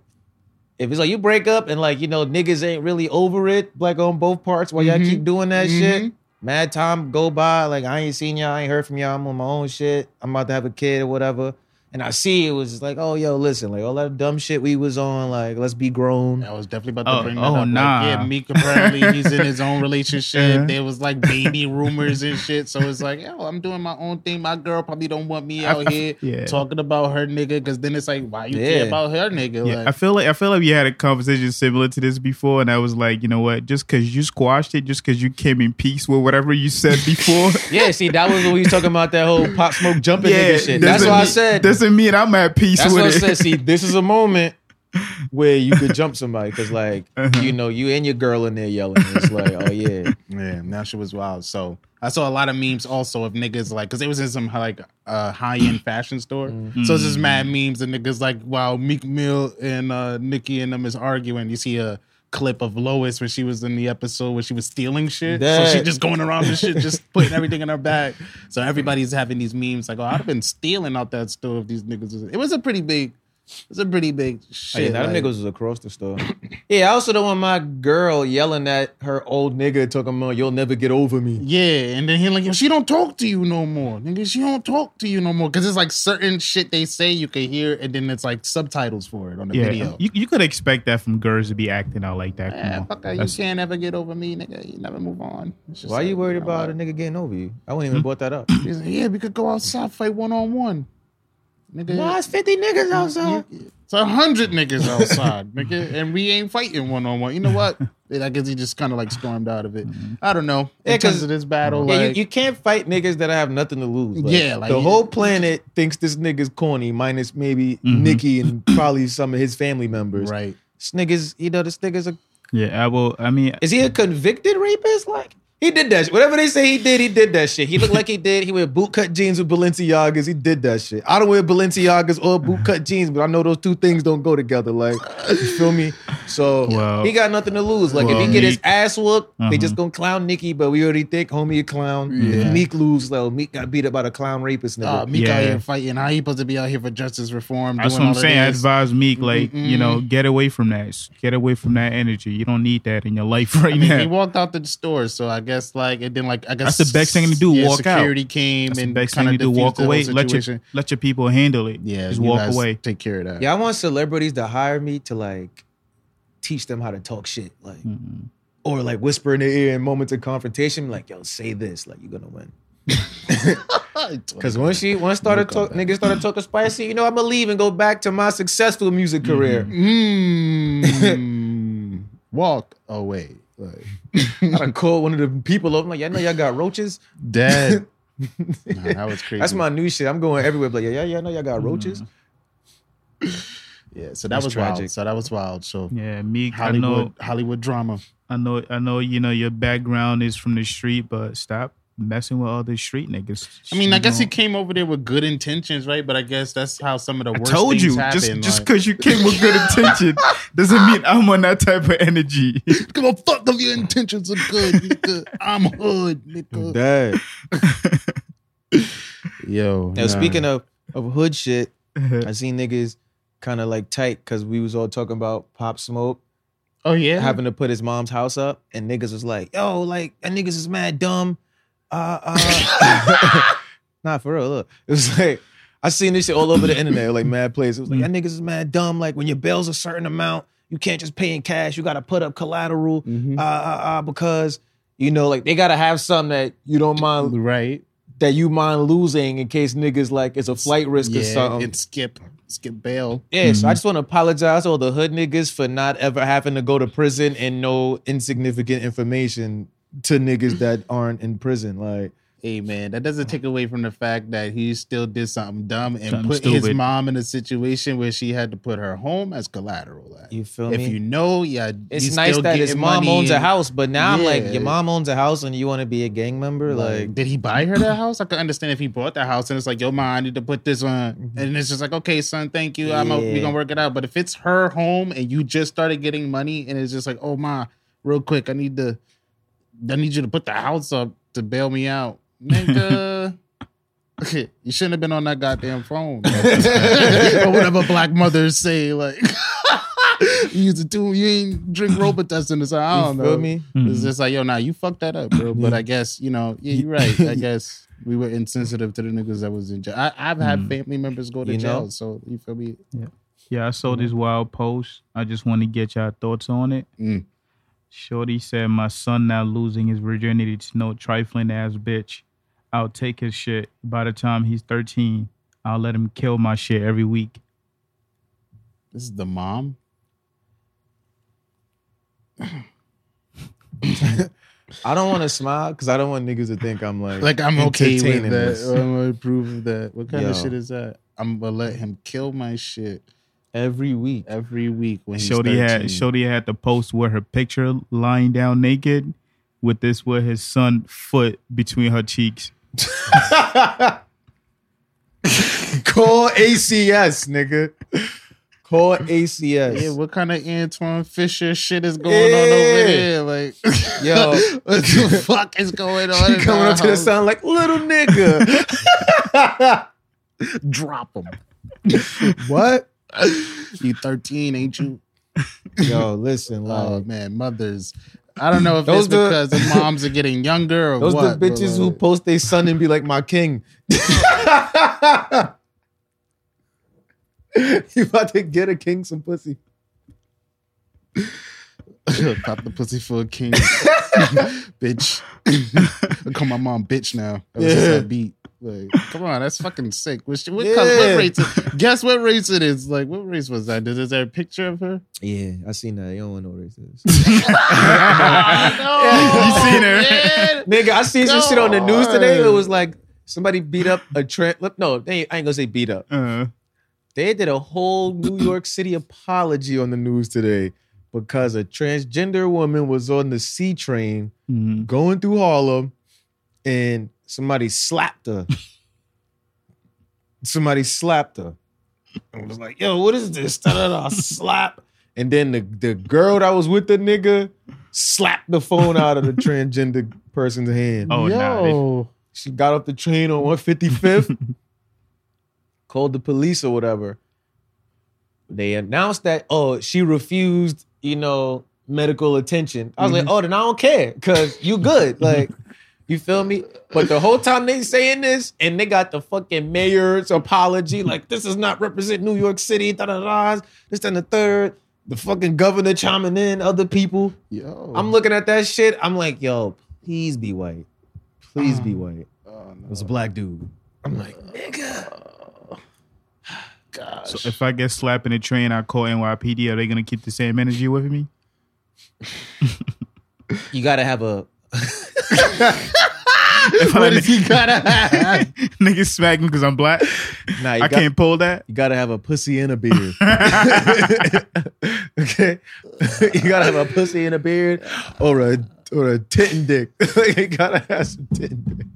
Speaker 4: if it's like you break up and like you know niggas ain't really over it, like on both parts, while y'all keep doing that shit. Mad time go by, like I ain't seen y'all, I ain't heard from y'all. I'm on my own shit. I'm about to have a kid or whatever, and I see it was just like, oh yo, listen, like all that dumb shit we was on, like let's be grown.
Speaker 3: I was definitely about to
Speaker 1: Oh,
Speaker 3: bring that
Speaker 1: oh,
Speaker 3: up. Like,
Speaker 1: nah. Uh-huh.
Speaker 3: yeah, Meek apparently he's in his own relationship.
Speaker 1: Yeah.
Speaker 3: There was like baby rumors and shit. So it's like, yo, I'm doing my own thing. My girl probably don't want me out here
Speaker 1: yeah.
Speaker 3: talking about her nigga. Because then it's like, why you
Speaker 4: Yeah.
Speaker 3: care about her nigga?
Speaker 1: Yeah,
Speaker 3: like,
Speaker 1: I feel like I feel like we had a conversation similar to this before, and I was like, you know what? Just because you squashed it, just because you came in peace with whatever you said before,
Speaker 4: Yeah, see, that was when we was talking about that whole pop smoke jumping nigga shit. That's
Speaker 1: doesn't
Speaker 4: why I
Speaker 1: mean-
Speaker 4: said.
Speaker 1: doesn't mean I'm at peace
Speaker 4: That's
Speaker 1: with
Speaker 4: what I
Speaker 1: it.
Speaker 4: said. See, this is a moment where you could jump somebody because, like,
Speaker 3: Uh-huh.
Speaker 4: you know, you and your girl in there yelling. It's like, oh yeah,
Speaker 3: Yeah, and that shit was wild. So I saw a lot of memes also of niggas like, cause it was in some like uh, high end fashion store. So it's just mad memes and niggas like, while Meek Mill and uh, Nicki and them is arguing, you see a clip of Lois when she was in the episode where she was stealing shit. So
Speaker 4: That-
Speaker 3: she just going around and shit, just putting everything in her bag. So everybody's having these memes like, oh, I'd have been stealing out that store if these niggas. Was... It was a pretty big, it was a pretty big
Speaker 4: Oh, yeah.
Speaker 3: shit.
Speaker 4: That
Speaker 3: like-
Speaker 4: niggas was across the store. yeah, I also don't want my girl yelling at her old nigga talking about you'll never get over me.
Speaker 3: Yeah, and then he like, yo, she don't talk to you no more, nigga. She don't talk to you no more because it's like certain shit they say you can hear, and then it's like subtitles for it on the
Speaker 1: Yeah,
Speaker 3: video.
Speaker 1: you, you could expect that from girls to be acting out like that. Come
Speaker 3: Yeah,
Speaker 1: on.
Speaker 3: fuck that. You
Speaker 1: That's-
Speaker 3: can't ever get over me, nigga. You never move on. It's just
Speaker 4: Why
Speaker 3: like,
Speaker 4: you worried
Speaker 3: know
Speaker 4: about a
Speaker 3: what?
Speaker 4: nigga getting over you? I wouldn't even
Speaker 3: Hmm?
Speaker 4: brought that up.
Speaker 3: He's like, yeah, we could go outside fight one on one, nigga.
Speaker 4: Why it's fifty niggas outside?
Speaker 3: It's a hundred niggas outside, nigga, and we ain't fighting one on one. You know what? I guess he just kind of like stormed out of it. I don't know.
Speaker 4: Mm-hmm. Yeah,
Speaker 3: In terms
Speaker 4: 'cause-
Speaker 3: of this battle,
Speaker 4: Yeah,
Speaker 3: like,
Speaker 4: you, you can't fight niggas that have nothing to lose.
Speaker 3: Yeah, like-
Speaker 4: the whole planet thinks this nigga's corny, minus maybe Nikki and probably some of his family members.
Speaker 3: Mm-hmm. right?
Speaker 4: This nigga's, you know, this nigga's a
Speaker 1: yeah, I will. I mean,
Speaker 4: is he a convicted rapist? Like he did that. Shit. Whatever they say he did, he did that shit. He looked like he did. He wear bootcut jeans with Balenciagas. He did that shit. I don't wear Balenciagas or bootcut jeans, but I know those two things don't go together. Like, you feel me? So
Speaker 1: Well-
Speaker 4: he got nothing to lose. Like if
Speaker 1: Well,
Speaker 4: he get his
Speaker 1: Meek-
Speaker 4: ass whooped, they
Speaker 1: Uh-huh.
Speaker 4: just gonna clown Nicki. But we already think homie a clown. If
Speaker 3: Yeah.
Speaker 4: Meek lose, though, Meek got beat up by the clown rapist nigga.
Speaker 3: Uh, Meek
Speaker 1: Yeah.
Speaker 3: out here fighting. How he supposed to be out here for justice reform?
Speaker 1: that's
Speaker 3: doing
Speaker 1: what I'm
Speaker 3: all of
Speaker 1: saying. I
Speaker 3: this? Mm-hmm.
Speaker 1: advise Meek, like you know, get away from that. Get away from that energy. You don't need that in your life right
Speaker 3: I mean,
Speaker 1: now.
Speaker 3: he walked out the store, so I guess like and then like I guess
Speaker 1: That's the best thing to do,
Speaker 3: Yeah,
Speaker 1: walk out.
Speaker 3: Security came
Speaker 1: That's the
Speaker 3: and
Speaker 1: best
Speaker 3: kind
Speaker 1: thing
Speaker 3: of
Speaker 1: to do. Walk away. Let your
Speaker 3: situation.
Speaker 1: let your people handle it.
Speaker 3: yeah,
Speaker 1: just
Speaker 3: you
Speaker 1: walk
Speaker 3: guys
Speaker 1: away.
Speaker 3: Take care of that.
Speaker 4: yeah, I want celebrities to hire me to like teach them how to talk shit. Like. Or like whisper in their ear in moments of confrontation, like, yo, say this, like you're gonna win. Because once she once started talk, niggas started talking spicy, you know, I'ma leave and go back to my successful music career.
Speaker 3: Mm, walk away. Like,
Speaker 4: I done called one of the people up. I'm like, y'all know y'all got roaches?
Speaker 3: dead. nah, that was crazy.
Speaker 4: That's my new shit. I'm going everywhere. Like, yeah, yeah, y'all know y'all got roaches.
Speaker 3: yeah. So that
Speaker 4: That's
Speaker 3: was
Speaker 4: tragic.
Speaker 3: wild. So that was wild. So
Speaker 1: Yeah, Meek. I know
Speaker 3: Hollywood, Hollywood drama.
Speaker 1: I know I know you know your background is from the street, but stop messing with other street niggas.
Speaker 3: I mean, I
Speaker 1: You
Speaker 3: guess he
Speaker 1: know.
Speaker 3: came over there with good intentions, right? But I guess that's how some of the
Speaker 1: I
Speaker 3: worst
Speaker 1: told
Speaker 3: things
Speaker 1: you,
Speaker 3: happen.
Speaker 1: just just
Speaker 3: like-
Speaker 1: because you came with good intention doesn't mean I'm on that type of energy.
Speaker 3: Give a fuck if your intentions are good, nigga. I'm hood, nigga.
Speaker 4: Dad.
Speaker 3: Yo.
Speaker 4: Now speaking of of hood shit, I seen niggas kind of like tight because we was all talking about pop smoke.
Speaker 3: oh yeah,
Speaker 4: having to put his mom's house up, and niggas was like, "Yo, like that niggas is mad dumb." Uh, uh. nah, for real. Look, it was like I seen this shit all over the internet, like mad places. It was like
Speaker 3: Mm.
Speaker 4: that niggas is mad dumb. Like when your bill's a certain amount, you can't just pay in cash. You got to put up collateral,
Speaker 3: Mm.
Speaker 4: uh, uh, uh, because you know, like they got to have something that you don't mind
Speaker 3: right.
Speaker 4: that you mind losing in case niggas like it's a flight risk or
Speaker 3: Yeah,
Speaker 4: something.
Speaker 3: and skip, skip bail.
Speaker 4: Yeah, so I just want to apologize to all the hood niggas for not ever having to go to prison and no insignificant information to niggas that aren't in prison. Like
Speaker 3: Hey man, that doesn't take away from the fact that he still did something dumb and
Speaker 1: Something
Speaker 3: put his
Speaker 1: stupid.
Speaker 3: mom in a situation where she had to put her home as collateral. Like,
Speaker 4: You feel
Speaker 3: if
Speaker 4: me?
Speaker 3: you know, yeah,
Speaker 4: it's
Speaker 3: you
Speaker 4: nice
Speaker 3: still
Speaker 4: that his
Speaker 3: getting
Speaker 4: mom
Speaker 3: money
Speaker 4: owns a
Speaker 3: and-
Speaker 4: house, but now I'm
Speaker 3: Yeah.
Speaker 4: like, your mom owns a house and you want to be a gang member? Like,
Speaker 3: Like, did he buy her that house? I could understand if he bought that house and it's like, yo, ma, I need to put this on. And it's just like, okay, son, thank you. I'm
Speaker 4: Mm-hmm. Yeah.
Speaker 3: we're gonna work it out. But if it's her home and you just started getting money and it's just like, oh ma, real quick, I need to I need you to put the house up to bail me out. Nigga. you shouldn't have been on that goddamn phone. or whatever black mothers say, like you used to do you ain't drink Robitussin or something. I
Speaker 4: you
Speaker 3: don't
Speaker 4: feel
Speaker 3: know.
Speaker 4: me?
Speaker 1: Mhm.
Speaker 3: It's just like, yo, nah, you fucked that up, bro. But I guess, you know, yeah, you're right. I guess we were insensitive to the niggas that was in jail. I, I've had
Speaker 1: Mm.
Speaker 3: family members go to
Speaker 4: You know?
Speaker 3: jail, so you feel me?
Speaker 1: Yeah, I saw this wild post. I just want to get y'all thoughts on it.
Speaker 3: Mm.
Speaker 1: Shorty said, "My son now losing his virginity to no trifling ass bitch. I'll take his shit. By the time he's thirteen, I'll let him kill my shit every week."
Speaker 3: This is the mom.
Speaker 4: I don't want to smile because I don't want niggas to think I'm like,
Speaker 3: Like, I'm okay with
Speaker 4: entertaining
Speaker 3: that.
Speaker 4: this.
Speaker 3: or I'm gonna approve of that. What kind of
Speaker 4: Yo.
Speaker 3: shit is that? I'm gonna let him kill my shit
Speaker 4: every week.
Speaker 3: every week when he's
Speaker 1: Shorty
Speaker 3: 13.
Speaker 1: had Shorty had the post with her picture lying down naked, with this with his son foot between her cheeks.
Speaker 2: Call ACS, nigga.
Speaker 4: Call ACS.
Speaker 3: yeah, what kind of Antoine Fisher shit is going on
Speaker 2: Yeah.
Speaker 3: over there? Like,
Speaker 4: Yo.
Speaker 3: what the fuck is going on? in
Speaker 2: Coming
Speaker 3: our
Speaker 2: up to the
Speaker 3: house?
Speaker 2: sound like little nigga.
Speaker 3: drop him.
Speaker 2: what?
Speaker 3: you 13, ain't you?
Speaker 4: Yo, listen, like,
Speaker 3: Oh man, mothers. I don't know if
Speaker 4: Those
Speaker 3: it's
Speaker 4: the-
Speaker 3: because the moms are getting younger or
Speaker 4: those
Speaker 3: what.
Speaker 4: the bitches who
Speaker 3: but,
Speaker 4: post their son and be like, my king.
Speaker 2: you about to get a king some pussy.
Speaker 3: like, pop the pussy for a king, bitch. I call my mom bitch now. That was just
Speaker 2: Yeah.
Speaker 3: her beat. Like, come on, that's fucking sick. What, she- what, col- what
Speaker 2: Yeah.
Speaker 3: race? it- guess what race it is? Like, what race was that? Is there a picture of her?
Speaker 4: Yeah, I seen that. You don't want no racist.
Speaker 1: Uh, You seen her?
Speaker 3: man.
Speaker 4: Nigga, I seen some shit on the news today. It
Speaker 3: God.
Speaker 4: was like somebody beat up a trans. No, they ain't, I ain't gonna say beat up.
Speaker 1: Uh,
Speaker 4: They did a whole New York City apology on the news today because a transgender woman was on the C train
Speaker 1: mm.
Speaker 4: going through Harlem and somebody slapped her. somebody slapped her. And was like, yo, what is this? Da-da-da, slap. And then the, the girl that was with the nigga slapped the phone out of the transgender person's hand.
Speaker 1: Oh nah, they-
Speaker 3: Yo.
Speaker 4: She got off the train on 155th, called the police or whatever. They announced that, oh, she refused, you know, medical attention. I was
Speaker 1: Mm-hmm.
Speaker 4: like, oh, then I don't care because you good. Like, you feel me? But the whole time they saying this and they got the fucking mayor's apology, like, this is not represent New York City, da da da, this and the third. The fucking governor chiming in, other people.
Speaker 3: Yo.
Speaker 1: Oh.
Speaker 4: I'm looking at that shit. I'm like, yo, please be white. Please
Speaker 1: Mm.
Speaker 4: be white.
Speaker 3: Oh, no.
Speaker 4: It was a black dude. I'm like, nigga.
Speaker 3: Gosh.
Speaker 1: So if I get slapped in a train, I call NYPD. Are they gonna keep the same energy with me?
Speaker 4: You gotta have a
Speaker 1: If
Speaker 3: what
Speaker 1: I-
Speaker 3: does he gotta have?
Speaker 1: Niggas smack me because I'm black.
Speaker 4: nah,
Speaker 1: I
Speaker 4: you, got,
Speaker 1: can't pull that.
Speaker 4: you gotta have a pussy and a beard. okay. you gotta have a pussy and a beard or a or a tit and dick. you gotta have some tit and dick.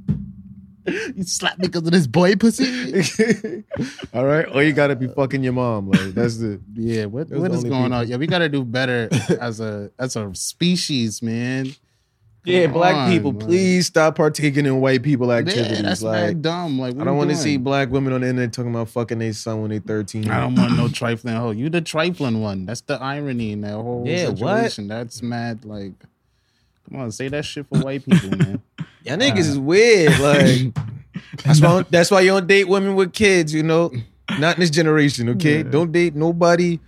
Speaker 3: You slapped me because of this boy pussy?
Speaker 4: All right. Or you gotta be fucking your mom. Like that's the
Speaker 3: Yeah, what
Speaker 4: Those
Speaker 3: what
Speaker 4: the
Speaker 3: is
Speaker 4: only
Speaker 3: going
Speaker 4: people.
Speaker 3: on? Yeah, we gotta do better as a as a species, man.
Speaker 4: Yeah, black
Speaker 3: on,
Speaker 4: people,
Speaker 3: man.
Speaker 4: please stop partaking in white people activities.
Speaker 3: Yeah, that's
Speaker 4: like
Speaker 3: mad dumb. Like, what
Speaker 4: I don't
Speaker 3: you
Speaker 4: want to
Speaker 3: doing?
Speaker 4: see black women on the internet talking about fucking their son when they 13.
Speaker 3: I don't want no trifling hoe. You the trifling one. That's the irony in that whole
Speaker 4: Yeah, what?
Speaker 3: situation. That's mad. Like, come on, say that shit for white people, man.
Speaker 4: Y'all niggas is weird. Like that's why that's why you don't date women with kids, you know. Not in this generation, okay?
Speaker 1: Yeah.
Speaker 4: Don't date nobody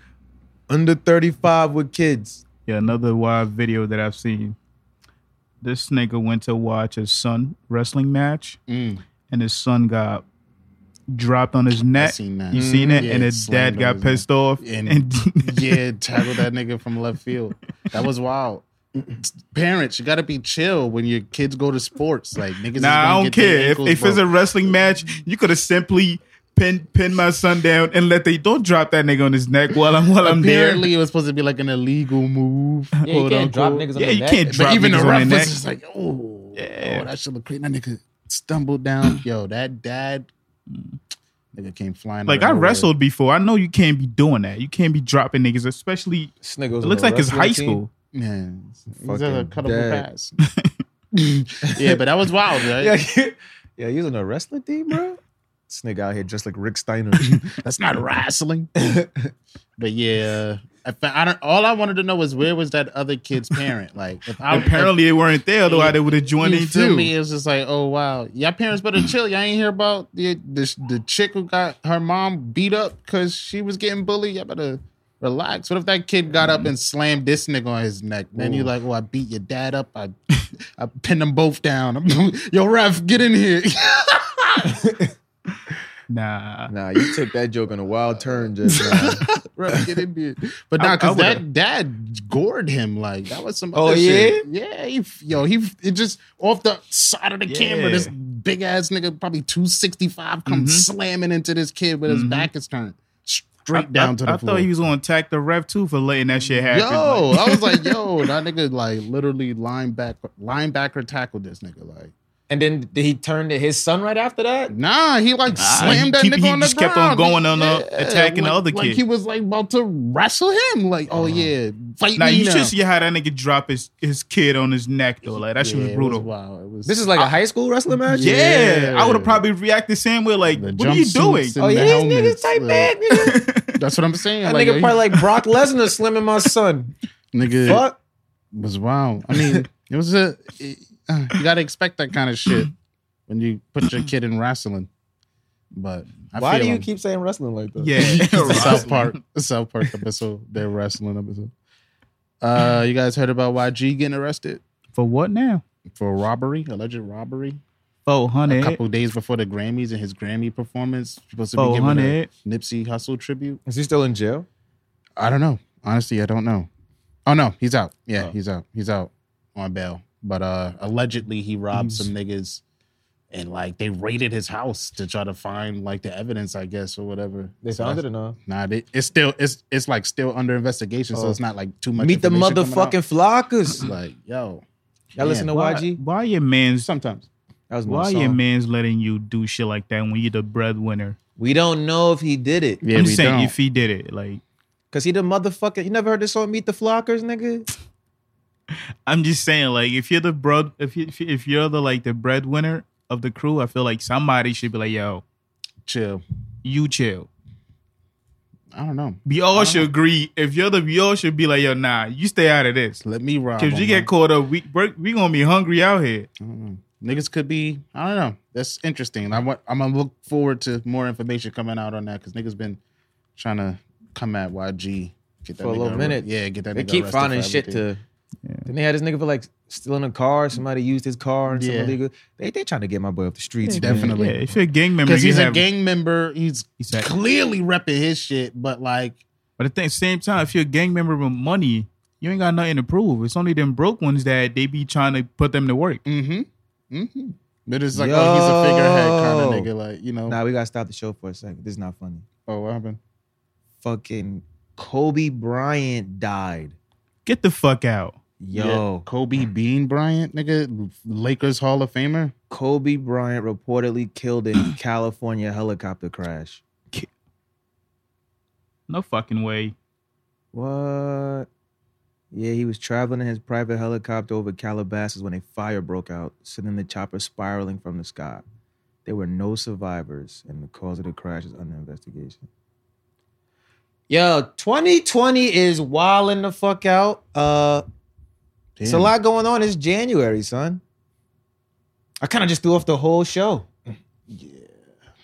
Speaker 4: under 35 with kids.
Speaker 1: Yeah, another wild video that I've seen. This nigga went to watch his son wrestling match,
Speaker 3: Mm,
Speaker 1: and his son got dropped on his
Speaker 3: I
Speaker 1: neck.
Speaker 3: seen that. Mm,
Speaker 1: You seen it?
Speaker 3: Yeah,
Speaker 1: and his
Speaker 3: slammed
Speaker 1: dad got
Speaker 3: on his
Speaker 1: pissed off.
Speaker 3: And-
Speaker 1: And
Speaker 3: yeah, tackled that nigga from left field. That was wild. parents, you gotta be chill when your kids go to sports. Like niggas. is gonna
Speaker 1: Nah, I don't
Speaker 3: get their
Speaker 1: care.
Speaker 3: ankles
Speaker 1: if if it's a
Speaker 3: broke.
Speaker 1: wrestling match, you could have simply pinned pinned my son down and let they don't drop that nigga on his neck while I'm while I'm there.
Speaker 3: apparently it was supposed to be like an illegal move.
Speaker 4: Yeah, you
Speaker 3: quote
Speaker 4: can't drop
Speaker 3: unquote.
Speaker 4: niggas on
Speaker 1: Yeah,
Speaker 4: the
Speaker 1: you
Speaker 4: neck.
Speaker 1: can't drop
Speaker 3: But even the
Speaker 1: niggas on
Speaker 3: ref
Speaker 1: their
Speaker 3: was
Speaker 1: neck.
Speaker 3: just like, oh,
Speaker 1: Yeah.
Speaker 3: oh, that should look great. That nigga stumbled down. Yo, that dad nigga came flying.
Speaker 1: Like
Speaker 3: out
Speaker 1: I
Speaker 3: of nowhere.
Speaker 1: wrestled before. I know you can't be doing that. You can't be dropping niggas, especially
Speaker 4: Sniggles.
Speaker 1: it looks like it's high school.
Speaker 3: Man,
Speaker 4: Fucking
Speaker 3: was a cuttable
Speaker 4: dead.
Speaker 3: pass. yeah, but that was wild, right?
Speaker 4: Yeah, yeah, you was on a wrestling team, bro. This nigga out here just like Rick Steiner.
Speaker 3: That's not wrestling. Mm-hmm. but yeah, I, fa- I don't. All I wanted to know was where was that other kid's parent? Like, if I
Speaker 1: Apparently they weren't there, otherwise they would have
Speaker 3: When
Speaker 1: joined
Speaker 3: you
Speaker 1: in
Speaker 3: feel
Speaker 1: too.
Speaker 3: me, it was just like, oh wow, y'all parents better chill. Y'all ain't hear about the the, the chick who got her mom beat up because she was getting bullied. Y'all better relax. What if that kid got up and slammed this nigga on his neck? Then you like, oh, I beat your dad up. I I pinned them both down. Yo, ref, get in here.
Speaker 1: Nah.
Speaker 4: nah, you took that joke on a wild turn just now.
Speaker 3: ref, get in here. But
Speaker 1: I-
Speaker 3: nah,
Speaker 1: I
Speaker 3: because
Speaker 1: would've-
Speaker 3: that dad gored him like that was some.
Speaker 4: Oh,
Speaker 3: other
Speaker 4: yeah?
Speaker 3: shit. yeah. He, yo, he it just off the side of the camera.
Speaker 1: Yeah. Mm-hmm.
Speaker 3: This big ass nigga, probably two sixty five, comes slamming into this kid with his
Speaker 1: Mhm.
Speaker 3: back is turned
Speaker 1: I,
Speaker 3: straight down
Speaker 1: I-
Speaker 3: to the
Speaker 1: I
Speaker 3: floor.
Speaker 1: thought he was gonna attack the ref too for letting that shit happen.
Speaker 3: yo,
Speaker 1: Like-
Speaker 3: I was like, yo, that nigga like literally linebacker linebacker tackled this nigga like.
Speaker 4: and then did he turn to his son right after that?
Speaker 3: Nah, he like
Speaker 1: Nah, he
Speaker 3: slammed that
Speaker 1: keep-
Speaker 3: nigga
Speaker 1: he
Speaker 3: on the
Speaker 1: just
Speaker 3: ground.
Speaker 1: kept on going on, uh, attacking the
Speaker 3: like-
Speaker 1: other
Speaker 3: Like
Speaker 1: kid.
Speaker 3: he was like about to wrestle him. Like, oh yeah, fight
Speaker 1: Now
Speaker 3: me
Speaker 1: you
Speaker 3: now.
Speaker 1: should see how that nigga drop his, his kid on his neck though. Like that shit was
Speaker 3: Yeah,
Speaker 1: brutal.
Speaker 3: It was wild. It was,
Speaker 4: This is like a high school wrestling match.
Speaker 1: yeah.
Speaker 3: Yeah.
Speaker 1: I would have probably reacted same way. Like,
Speaker 3: The
Speaker 1: what are you
Speaker 3: jumpsuits
Speaker 1: doing?
Speaker 3: and-
Speaker 4: Oh
Speaker 3: the
Speaker 4: yeah, these
Speaker 3: helmets,
Speaker 4: niggas type
Speaker 3: like-
Speaker 4: bad. Nigga.
Speaker 3: that's what I'm saying.
Speaker 4: That
Speaker 3: like,
Speaker 4: nigga
Speaker 3: yo,
Speaker 4: probably like Brock Lesnar slamming my son.
Speaker 3: nigga
Speaker 4: Fuck.
Speaker 3: was wild. I mean, it was a it- uh, you gotta expect that kind of shit when you put your kid in wrestling. But I
Speaker 4: Why
Speaker 3: feel
Speaker 4: do you
Speaker 3: him.
Speaker 4: keep saying wrestling like that?
Speaker 1: yeah.
Speaker 3: It's the South
Speaker 1: Wrestling.
Speaker 3: Park the South Park episode, their wrestling episode? Uh, you guys heard about YG getting arrested
Speaker 1: For what now?
Speaker 3: for robbery, alleged robbery,
Speaker 1: Oh,
Speaker 3: a
Speaker 1: honey.
Speaker 3: couple days before the Grammys and his Grammy performance supposed to be
Speaker 1: Oh,
Speaker 3: giving
Speaker 1: honey.
Speaker 3: a Nipsey Hussle tribute.
Speaker 4: Is he still in jail?
Speaker 3: I don't know. Honestly, I don't know. Oh no, he's out. Yeah,
Speaker 4: Oh.
Speaker 3: he's out. He's out on bail. But uh allegedly he robbed some niggas and like they raided his house to try to find like the evidence, I guess, or whatever.
Speaker 4: They
Speaker 3: So
Speaker 4: found it
Speaker 3: that's-
Speaker 4: or not?
Speaker 3: Nah, they, it's still it's it's like still under investigation, so
Speaker 4: Oh.
Speaker 3: it's not like too much.
Speaker 4: Meet the
Speaker 3: information coming out.
Speaker 4: motherfucking flockers.
Speaker 3: like, yo.
Speaker 4: Y'all listen to
Speaker 1: Why-
Speaker 3: man,
Speaker 4: YG?
Speaker 1: Why your man's
Speaker 3: sometimes.
Speaker 4: That was my
Speaker 1: why your
Speaker 4: song.
Speaker 1: man's letting you do shit like that when you're the breadwinner?
Speaker 4: We don't know if he did it.
Speaker 3: Yeah,
Speaker 1: I'm
Speaker 3: we
Speaker 1: just saying
Speaker 3: don't.
Speaker 1: if he did it, like
Speaker 4: Cause he the motherfucker. You never heard this song Meet the Flockers, nigga?
Speaker 1: I'm just saying, like if you're the bread, if you, if you- if you're the like the breadwinner of the crew, I feel like somebody should be like, yo,
Speaker 3: Chill.
Speaker 1: you chill.
Speaker 3: I don't know.
Speaker 1: We all should agree. If you're the, we all should be like, yo, nah, you stay out of this.
Speaker 3: Let me rob.
Speaker 1: Cause you
Speaker 3: him,
Speaker 1: get caught up, we we're- we gonna be hungry out here.
Speaker 3: I don't know. Mm-hmm. Niggas could be. I don't know. That's interesting. I want. I'm gonna look forward to more information coming out on that because niggas been trying to come at YG get
Speaker 4: For a
Speaker 3: nigga
Speaker 4: little
Speaker 3: arre-
Speaker 4: minute.
Speaker 3: Yeah, get that.
Speaker 4: They
Speaker 3: nigga
Speaker 4: keep
Speaker 3: arrested
Speaker 4: finding
Speaker 3: for
Speaker 4: shit
Speaker 3: everything.
Speaker 4: to. Then they had this nigga for like stealing a car. Somebody used his car and
Speaker 3: Yeah.
Speaker 4: some illegal. They they trying to get my boy off the streets. man.
Speaker 3: Definitely.
Speaker 1: Yeah, if you're a gang member,
Speaker 3: Because
Speaker 1: you
Speaker 3: he's a
Speaker 1: have.
Speaker 3: gang member, he's
Speaker 1: Exactly.
Speaker 3: clearly repping his shit. But like,
Speaker 1: But at the same time, if you're a gang member with money, you ain't got nothing to prove. It's only them broke ones that they be trying to put them to work.
Speaker 3: mm-hmm, mm-hmm. But it's like, oh, he's a figurehead kind of
Speaker 4: Yo.
Speaker 3: nigga. Like, you know.
Speaker 4: Nah, we gotta stop the show for a second. This is not funny.
Speaker 3: Oh, what happened?
Speaker 4: Fucking Kobe Bryant died.
Speaker 1: Get the fuck out.
Speaker 4: Yo,
Speaker 3: Yeah, Kobe Bean Bryant, nigga, Lakers Hall of Famer.
Speaker 4: Kobe Bryant reportedly killed in California helicopter crash.
Speaker 1: No fucking way.
Speaker 4: What? Yeah, he was traveling in his private helicopter over Calabasas when a fire broke out, sending the chopper spiraling from the sky. There were no survivors, and the cause of the crash is under investigation. Yo, 2020 is wilding the fuck out. Uh, it's a
Speaker 3: Damn.
Speaker 4: lot going on. It's January, son. I kind of just threw off the whole show. Yeah.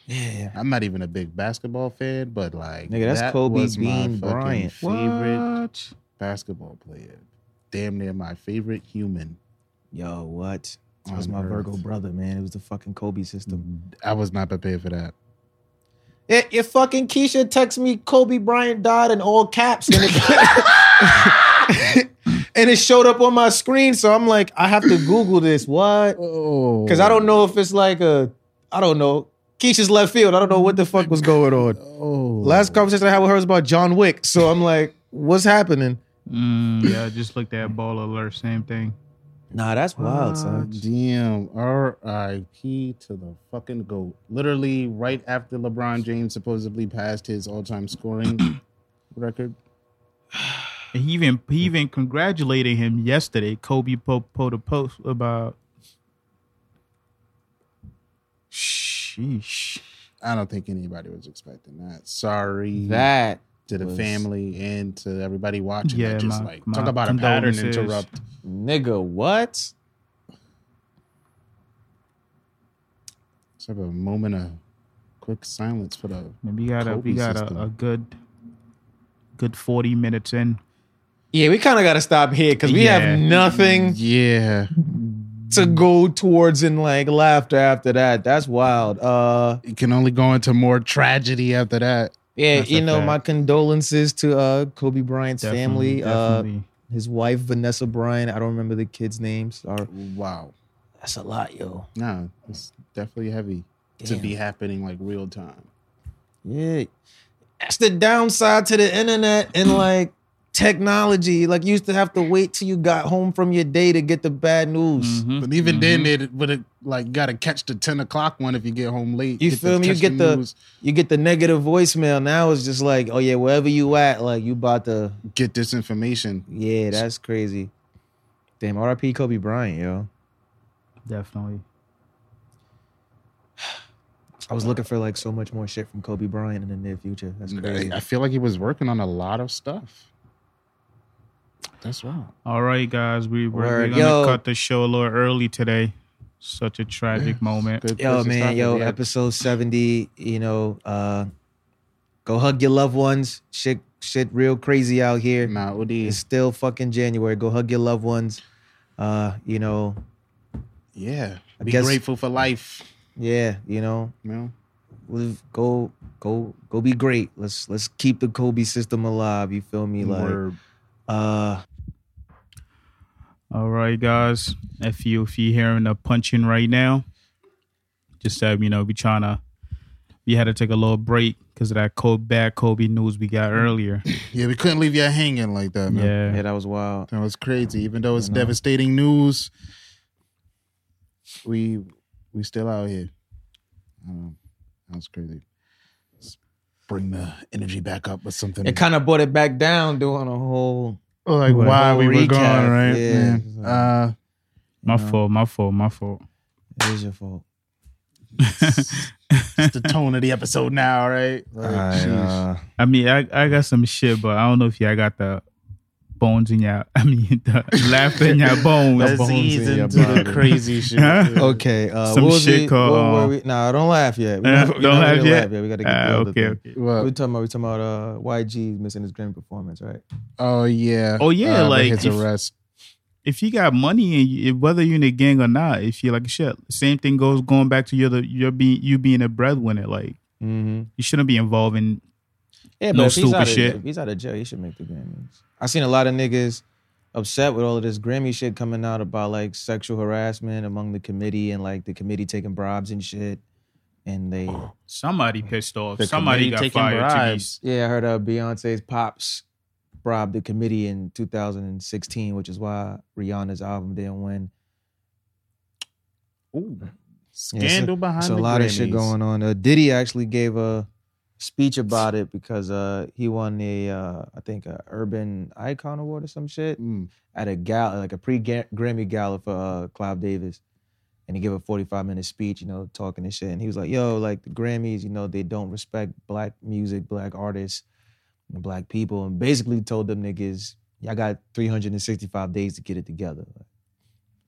Speaker 4: Yeah.
Speaker 3: I'm not even a big basketball fan, but like
Speaker 4: Nigga, that's
Speaker 3: that
Speaker 4: Kobe
Speaker 3: was my
Speaker 4: Bean
Speaker 3: fucking
Speaker 4: Bryant.
Speaker 3: Favorite basketball player, damn near my favorite human.
Speaker 4: Yo, what? That was
Speaker 3: On
Speaker 4: my
Speaker 3: Earth. Mm-hmm.
Speaker 4: Virgo brother, man. It was the fucking Kobe system.
Speaker 3: I was not prepared for that.
Speaker 4: Yeah, if fucking Keisha texts me Kobe Bryant died in all caps, then it, and it showed up on my screen. So I'm like, I have to Google this. What?
Speaker 2: Oh,
Speaker 4: Because I don't know if it's like a, I don't know. Keisha's left field. I don't know what the fuck was going on.
Speaker 2: Oh,
Speaker 4: Last conversation I had with her was about John Wick. So I'm like, what's happening?
Speaker 1: Mm, yeah, I just looked at ball alert. Same thing.
Speaker 4: Nah, that's wild, son.
Speaker 3: Damn. R.I.P. to the fucking GOAT. Literally right after LeBron James supposedly passed his all time scoring record.
Speaker 1: And he even he even congratulated him yesterday. Kobe po- put a post about. Sheesh.
Speaker 3: I don't think anybody was expecting that. Sorry.
Speaker 4: That
Speaker 3: to the
Speaker 4: was-
Speaker 3: family and to everybody watching.
Speaker 1: Yeah,
Speaker 3: Yeah, just
Speaker 1: my-
Speaker 3: like
Speaker 1: my
Speaker 3: talk about a pattern
Speaker 1: condolences.
Speaker 3: interrupt.
Speaker 4: nigga, what?
Speaker 3: Let's have a moment of quick silence for the
Speaker 1: And we got a we
Speaker 3: Kobe
Speaker 1: got
Speaker 3: system.
Speaker 1: a, a good good forty minutes in.
Speaker 4: Yeah, we kind of got to stop here because we
Speaker 1: Yeah.
Speaker 4: have nothing
Speaker 3: yeah.
Speaker 4: to go towards in like laughter after that. That's wild. Uh,
Speaker 3: It can only go into more tragedy after that.
Speaker 4: yeah,
Speaker 1: That's a
Speaker 4: you know,
Speaker 1: fact.
Speaker 4: my condolences to uh Kobe Bryant's family,
Speaker 1: Definitely, definitely.
Speaker 4: uh, his wife Vanessa Bryant. I don't remember the kids' names. Are
Speaker 3: Wow.
Speaker 4: that's a lot, yo.
Speaker 3: No, it's definitely heavy to
Speaker 4: Damn.
Speaker 3: be happening like real time.
Speaker 4: Yeah, that's the downside to the internet and like technology. Like, you used to have to wait till you got home from your day to get the bad news.
Speaker 1: Mhm,
Speaker 3: But even
Speaker 1: mhm.
Speaker 3: then,
Speaker 4: Mm-hmm.
Speaker 3: it but it like got to catch the ten o'clock one if you get home late.
Speaker 4: You feel me? You
Speaker 3: catch
Speaker 4: get the-
Speaker 3: news,
Speaker 4: you get the negative voicemail. Now it's just like, oh yeah, wherever you at, like you about to.
Speaker 3: get this information.
Speaker 4: Yeah, that's crazy. Damn, R.I.P. Kobe Bryant, yo.
Speaker 1: Mm-hmm. definitely.
Speaker 4: I was looking for like so much more shit from Kobe Bryant in the near future. That's crazy.
Speaker 3: I, I feel like he was working on a lot of stuff. That's wow.
Speaker 1: All right, guys, we we're, we're
Speaker 4: Word.
Speaker 1: gonna
Speaker 4: Yo.
Speaker 1: cut the show a little early today. Such a tragic moment.
Speaker 3: Good
Speaker 4: Yo,
Speaker 3: place to stop
Speaker 4: man,
Speaker 3: it.
Speaker 4: yo,
Speaker 3: Yeah.
Speaker 4: episode seventy. You know, uh go hug your loved ones. Shit, shit, real crazy out here.
Speaker 3: Nah, Udi.
Speaker 4: It's still fucking January. Go hug your loved ones. Uh, you know,
Speaker 3: Yeah.
Speaker 4: I
Speaker 3: Be
Speaker 4: guess-
Speaker 3: grateful for life.
Speaker 4: yeah, you know,
Speaker 3: You know?
Speaker 4: live, go, go, go, be great. Let's let's keep the Kobe system alive. You feel me? Like,
Speaker 3: Word.
Speaker 4: Uh,
Speaker 1: All right, guys. If you if you hearing a punching right now, just uh, you know, we trying to we had to take a little break because of that cold bad Kobe news we got earlier.
Speaker 3: Yeah, we couldn't leave you hanging like that, man.
Speaker 1: Yeah.
Speaker 4: yeah, that was wild.
Speaker 3: That was crazy. Even though it's
Speaker 4: I know.
Speaker 3: devastating news, we we still out here. Um, that was crazy. Let's bring the energy back up with something.
Speaker 4: It kind of brought it back down doing a whole.
Speaker 3: like
Speaker 1: Well,
Speaker 3: why
Speaker 4: whole
Speaker 3: we were
Speaker 4: recap,
Speaker 3: gone, right?
Speaker 4: yeah.
Speaker 3: Man. Uh,
Speaker 1: My
Speaker 4: know.
Speaker 1: fault, my fault, my fault.
Speaker 4: It is your fault.
Speaker 3: it's Uh, the tone of the episode now, right? Like,
Speaker 2: uh,
Speaker 3: sheesh.
Speaker 1: I mean, I, I got some shit, but I don't know if y'all got the bones in y'all. I mean, the laughter in y'all bones.
Speaker 3: Let's ease
Speaker 2: in your
Speaker 3: into the
Speaker 2: body.
Speaker 3: crazy shit.
Speaker 1: Huh?
Speaker 4: okay. Uh,
Speaker 1: Some
Speaker 4: what was
Speaker 1: shit
Speaker 4: it?
Speaker 1: called,
Speaker 4: What were
Speaker 1: uh,
Speaker 4: we? Nah, don't laugh yet. We
Speaker 1: Uh,
Speaker 4: never- we
Speaker 1: don't
Speaker 4: never
Speaker 1: laugh
Speaker 4: did
Speaker 1: yet?
Speaker 4: Yeah, we got to get
Speaker 1: Ah,
Speaker 4: the other
Speaker 1: okay,
Speaker 4: thing.
Speaker 1: okay.
Speaker 4: We
Speaker 3: Well,
Speaker 4: talking about we talking about uh, YG missing his Grammy performance, right?
Speaker 3: oh yeah.
Speaker 1: Oh, yeah,
Speaker 3: but
Speaker 1: like,
Speaker 3: his
Speaker 1: if-
Speaker 3: arrest.
Speaker 1: If you got money and you, whether you're in a gang or not, if you like shit, same thing goes going back to your the your being you being a breadwinner. Like
Speaker 4: Mm-hmm.
Speaker 1: you shouldn't be involved in
Speaker 4: Yeah,
Speaker 1: No
Speaker 4: but if he's
Speaker 1: stupid
Speaker 4: out of,
Speaker 1: shit.
Speaker 4: If he's out of jail, he should make the Grammys. I seen a lot of niggas upset with all of this Grammy shit coming out about like sexual harassment among the committee and like the committee taking bribes and shit. And they,
Speaker 1: Somebody pissed off.
Speaker 3: The
Speaker 1: Somebody
Speaker 3: committee
Speaker 1: got
Speaker 3: taking
Speaker 1: fired.
Speaker 3: bribes.
Speaker 1: To
Speaker 4: yeah, I heard uh, Beyonce's pops bribed the committee in 2016, which is why Rihanna's album didn't win.
Speaker 3: Ooh.
Speaker 4: Yeah,
Speaker 3: Scandal behind
Speaker 4: so a
Speaker 3: the
Speaker 4: lot of shit
Speaker 3: Grammys.
Speaker 4: going on. Uh, Diddy actually gave a speech about it because uh, he won the, uh, I think, uh, Urban Icon Award or some shit.
Speaker 3: Mm.
Speaker 4: at a gala, like a pre Grammy gala for uh, Clive Davis, and he gave a 45 minute speech, you know, talking and shit. And he was like, "Yo, like the Grammys, you know, they don't respect black music, black artists, and black people," and basically told them niggas, "Y'all got 365 days to get it together."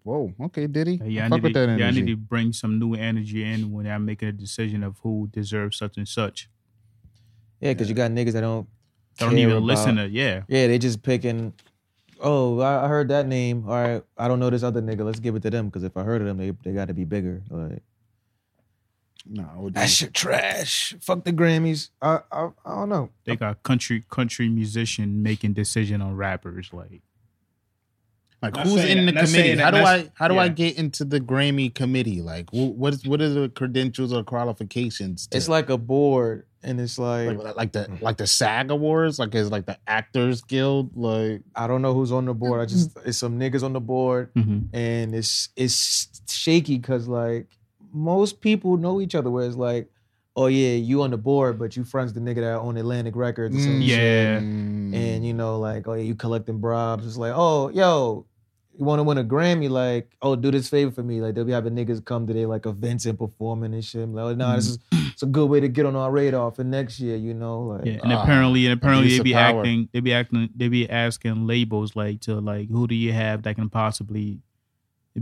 Speaker 3: Whoa. Okay, Diddy.
Speaker 1: peace. Yeah,
Speaker 3: I
Speaker 1: I
Speaker 3: fuck
Speaker 1: need,
Speaker 3: with
Speaker 1: to,
Speaker 3: that
Speaker 1: yeah, I
Speaker 3: energy.
Speaker 1: need to bring some new energy in when I'm making a decision of who deserves such and such.
Speaker 4: Yeah, because you got niggas that don't
Speaker 1: Don't
Speaker 4: care
Speaker 1: even
Speaker 4: about-
Speaker 1: listen to yeah.
Speaker 4: Yeah, they just picking. Oh, I I heard that name. All right, I don't know this other nigga. Let's give it to them because if I heard of them, they they got to be bigger. Like.
Speaker 3: No,
Speaker 4: That shit trash. Fuck the Grammys. I I, I don't know.
Speaker 1: They got country country musician making decision on rappers like
Speaker 3: Like
Speaker 1: Not
Speaker 3: who's
Speaker 1: saying
Speaker 3: in
Speaker 1: that-
Speaker 3: the
Speaker 1: not saying
Speaker 3: committee?
Speaker 1: that-
Speaker 3: How do
Speaker 1: not-
Speaker 3: I how do I
Speaker 1: yeah.
Speaker 3: get into the Grammy committee? Like wh- what is what are the credentials or qualifications? to-
Speaker 4: It's like a board, and it's like,
Speaker 3: like like the like the SAG Awards, like is like the Actors Guild, like
Speaker 4: I don't know who's on the board. I just it's some niggas on the board,
Speaker 1: Mhm.
Speaker 4: and it's it's shaky because like most people know each other. Where it's like, oh yeah, you on the board, but you friends the nigga that own Atlantic Records. or some
Speaker 3: Mm.
Speaker 4: shit.
Speaker 1: Yeah.
Speaker 4: and you know, like, oh yeah, you collecting bribes. It's like, oh, yo, you want to win a Grammy? Like, oh, do this favor for me. Like, they'll be having niggas come to their like events and performing and shit. I'm like, oh, nah, this is it's a good way to get on our radar for next year. You know, like,
Speaker 1: Yeah, and
Speaker 3: Ah,
Speaker 1: apparently, and apparently
Speaker 3: abuse
Speaker 1: they
Speaker 3: of
Speaker 1: be
Speaker 3: power.
Speaker 1: acting, they be acting, they be asking labels like to like, who do you have that can possibly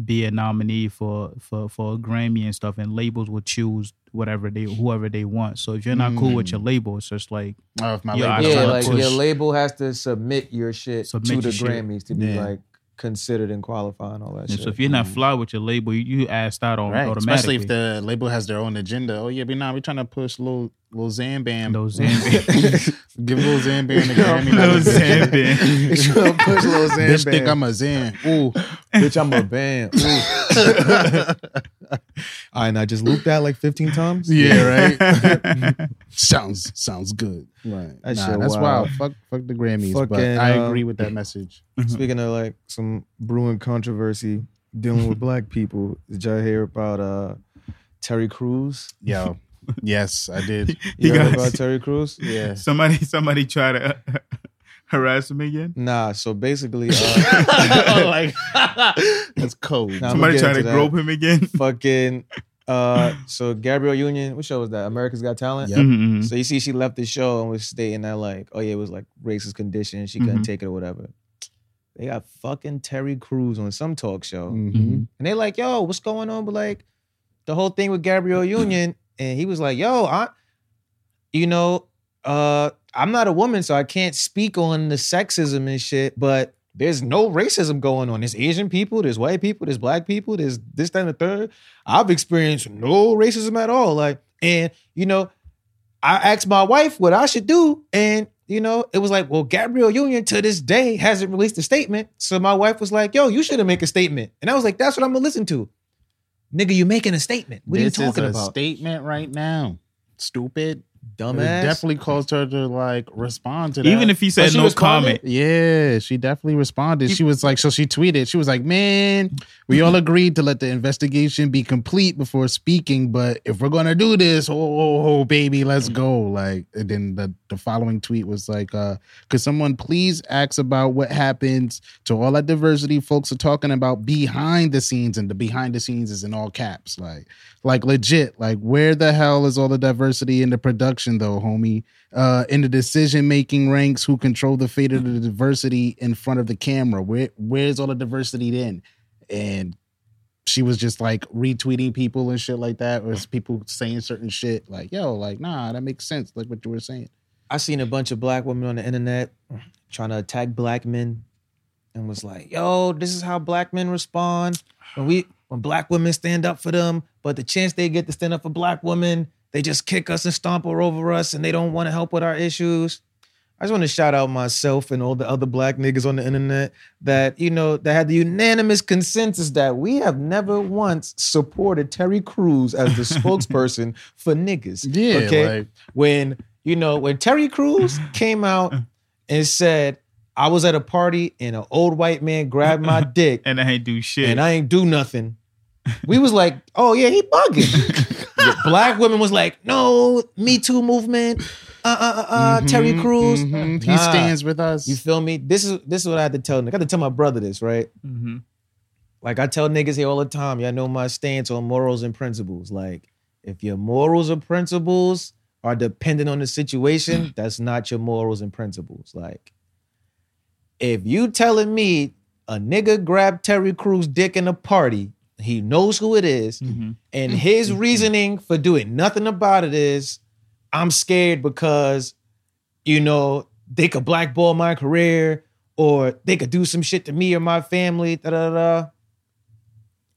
Speaker 1: be a nominee for for for a Grammy and stuff? And labels will choose whatever they whoever they want. So if you're not cool with your
Speaker 3: Mm.
Speaker 1: label, it's just like
Speaker 3: oh, if my
Speaker 1: Yeah, I
Speaker 3: label
Speaker 1: don't
Speaker 4: yeah,
Speaker 1: wanna
Speaker 4: like
Speaker 1: push-
Speaker 4: your label has to submit your shit
Speaker 1: Submit
Speaker 4: to the
Speaker 1: your shit.
Speaker 4: Grammys to be
Speaker 3: Yeah.
Speaker 4: like considered and qualified and all that
Speaker 1: and
Speaker 4: shit.
Speaker 1: so if you're not fly with your label, you, you asked out on
Speaker 3: mm. right,
Speaker 1: automatically.
Speaker 3: especially if the label has their own agenda. Oh yeah, but now we're trying to push little little Zambam.
Speaker 1: those Zambian,
Speaker 3: Give little Zambam the Grammy.
Speaker 1: those Zambian.
Speaker 2: Push little
Speaker 3: Bitch
Speaker 2: Zan
Speaker 3: think
Speaker 2: Bam.
Speaker 3: I'm a Zan. Ooh.
Speaker 4: Bitch, I'm a band. Ooh.
Speaker 2: All right, and I just looped that like 15 times.
Speaker 3: Yeah, right. sounds sounds good. Right.
Speaker 4: That
Speaker 3: nah,
Speaker 4: shit
Speaker 3: that's
Speaker 4: wild.
Speaker 3: wild. Fuck fuck the Grammys. but
Speaker 4: Fucking,
Speaker 3: I
Speaker 4: um,
Speaker 3: agree with that message.
Speaker 4: Speaking of like
Speaker 2: Some
Speaker 4: brewing controversy dealing with black people, did y'all hear about uh Terry Crews?
Speaker 3: Yo. yes, I did.
Speaker 1: He
Speaker 4: You heard
Speaker 1: got-
Speaker 4: about Terry Crews?
Speaker 3: Yeah.
Speaker 1: somebody, somebody try to uh, harass him again.
Speaker 4: Nah, so basically, uh,
Speaker 3: like that's cold.
Speaker 4: Nah, I'm-
Speaker 1: Somebody
Speaker 4: get
Speaker 1: try to
Speaker 4: into that.
Speaker 1: grope him again.
Speaker 4: fucking, uh, so Gabrielle Union, what show was that? America's Got Talent.
Speaker 3: Yeah.
Speaker 1: Mhm.
Speaker 4: So you see, she left the show and was stating that like, oh yeah, it was like racist condition, she couldn't
Speaker 1: Mhm.
Speaker 4: take it or whatever. They got fucking Terry Crews on some talk show,
Speaker 3: Mm-hmm.
Speaker 1: Mhm.
Speaker 4: and they like, yo, what's going on? But like, the whole thing with Gabrielle Union, and he was like, yo, I, you know, uh, I'm not a woman, so I can't speak on the sexism and shit, but there's no racism going on. There's Asian people, there's white people, there's black people, there's this, that, and the third. I've experienced no racism at all. Like, and you know, I asked my wife what I should do, and you know, it was like, well, Gabrielle Union to this day hasn't released a statement. So my wife was like, yo, you should have make a statement. And I was like, that's what I'm gonna listen to. Nigga, you making a statement. What
Speaker 3: this
Speaker 4: are you talking
Speaker 3: is a
Speaker 4: about?
Speaker 3: statement right now. Stupid. It
Speaker 4: Dumbass.
Speaker 3: definitely caused her to like respond to that.
Speaker 1: Even if he
Speaker 4: Oh,
Speaker 1: said
Speaker 4: she
Speaker 1: no comment,
Speaker 4: responded?
Speaker 3: Yeah, she definitely responded.
Speaker 1: You-
Speaker 3: She was like, so she tweeted, she was like, man, we all agreed to let the investigation be complete before speaking, but if we're gonna do this, oh, oh, oh, baby, let's go. Like, and then the, the following tweet was like, uh, could someone please ask about what happens to all that diversity folks are talking about behind the scenes, and the behind the scenes is in all caps, like, like legit, like where the hell is all the diversity in the production though, homie? uh, in the decision making ranks who control the fate of the diversity in front of the camera. Where where's all the diversity then? And she was just like retweeting people and shit like that, or was people saying certain shit like, "Yo, like nah, that makes sense." Like what you were saying.
Speaker 4: I seen a bunch of black women on the internet trying to attack black men and was like, yo, this is how black men respond. When we when black women stand up for them, but the chance they get to stand up for black women, they just kick us and stomp all over us and they don't want to help with our issues. I just want to shout out myself and all the other black niggas on the internet that, you know, that had the unanimous consensus that we have never once supported Terry Crews as the spokesperson for niggas.
Speaker 3: Yeah,
Speaker 4: Okay.
Speaker 3: like-
Speaker 4: when, you know, when Terry Crews came out and said, I was at a party and an old white man grabbed my dick
Speaker 1: and I ain't do shit.
Speaker 4: and I ain't do nothing. We was like, oh yeah, he bugging. The Black women was like, no, Me Too movement, uh uh uh, uh Terry
Speaker 3: Mhm,
Speaker 4: Crews.
Speaker 3: mhm. He
Speaker 4: mm-hmm. Nah.
Speaker 3: stands with us.
Speaker 4: You feel me? This is this is what I had to tell. I had to tell my brother this, right?
Speaker 1: Mhm.
Speaker 4: Like I tell niggas here all the time, y'all know my stance on morals and principles. Like if your morals or principles are dependent on the situation, that's not your morals and principles. Like if you telling me a nigga grabbed Terry Crews' dick in a party, he knows who it is,
Speaker 3: Mm-hmm.
Speaker 1: Mhm.
Speaker 4: and his reasoning for doing nothing about it is, I'm scared because, you know, they could blackball my career or they could do some shit to me or my family. Da da da.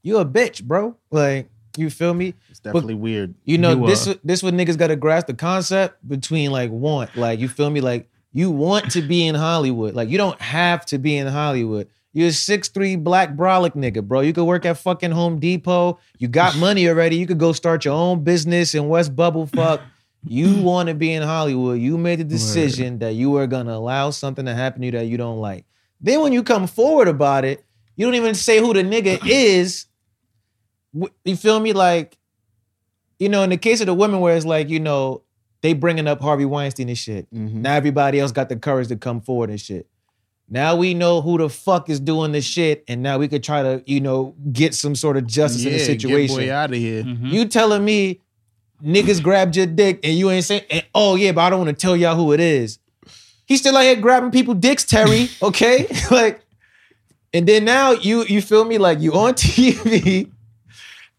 Speaker 4: You a bitch, bro. Like, you feel me?
Speaker 3: it's definitely weird.
Speaker 4: You know,
Speaker 1: You
Speaker 4: this
Speaker 1: are.
Speaker 4: this what niggas gotta grasp the concept between like want, like you feel me, like you want to be in Hollywood, like you don't have to be in Hollywood. You're a six three black brolic nigga, bro. You could work at fucking Home Depot. You got money already. You could go start your own business in West Bubblefuck. You want to be in Hollywood. You made the decision that you are gonna allow something to happen to you that you don't like. Then when you come forward about it, you don't even say who the nigga is. W- You feel me? Like, you know, in the case of the women, where it's like, you know, they bringing up Harvey Weinstein and shit.
Speaker 3: Mhm.
Speaker 4: Mm-hmm. Now everybody else got the courage to come forward and shit. Now we know who the fuck is doing this shit, and now we could try to, you know, get some sort of justice in the situation.
Speaker 3: Get boy out of here.
Speaker 4: You telling me niggas grabbed your dick and you ain't saying, and, oh yeah, but I don't want to tell y'all who it is. He's still out here grabbing people dicks, Terry. Okay, like, and then now you you feel me like you on TV,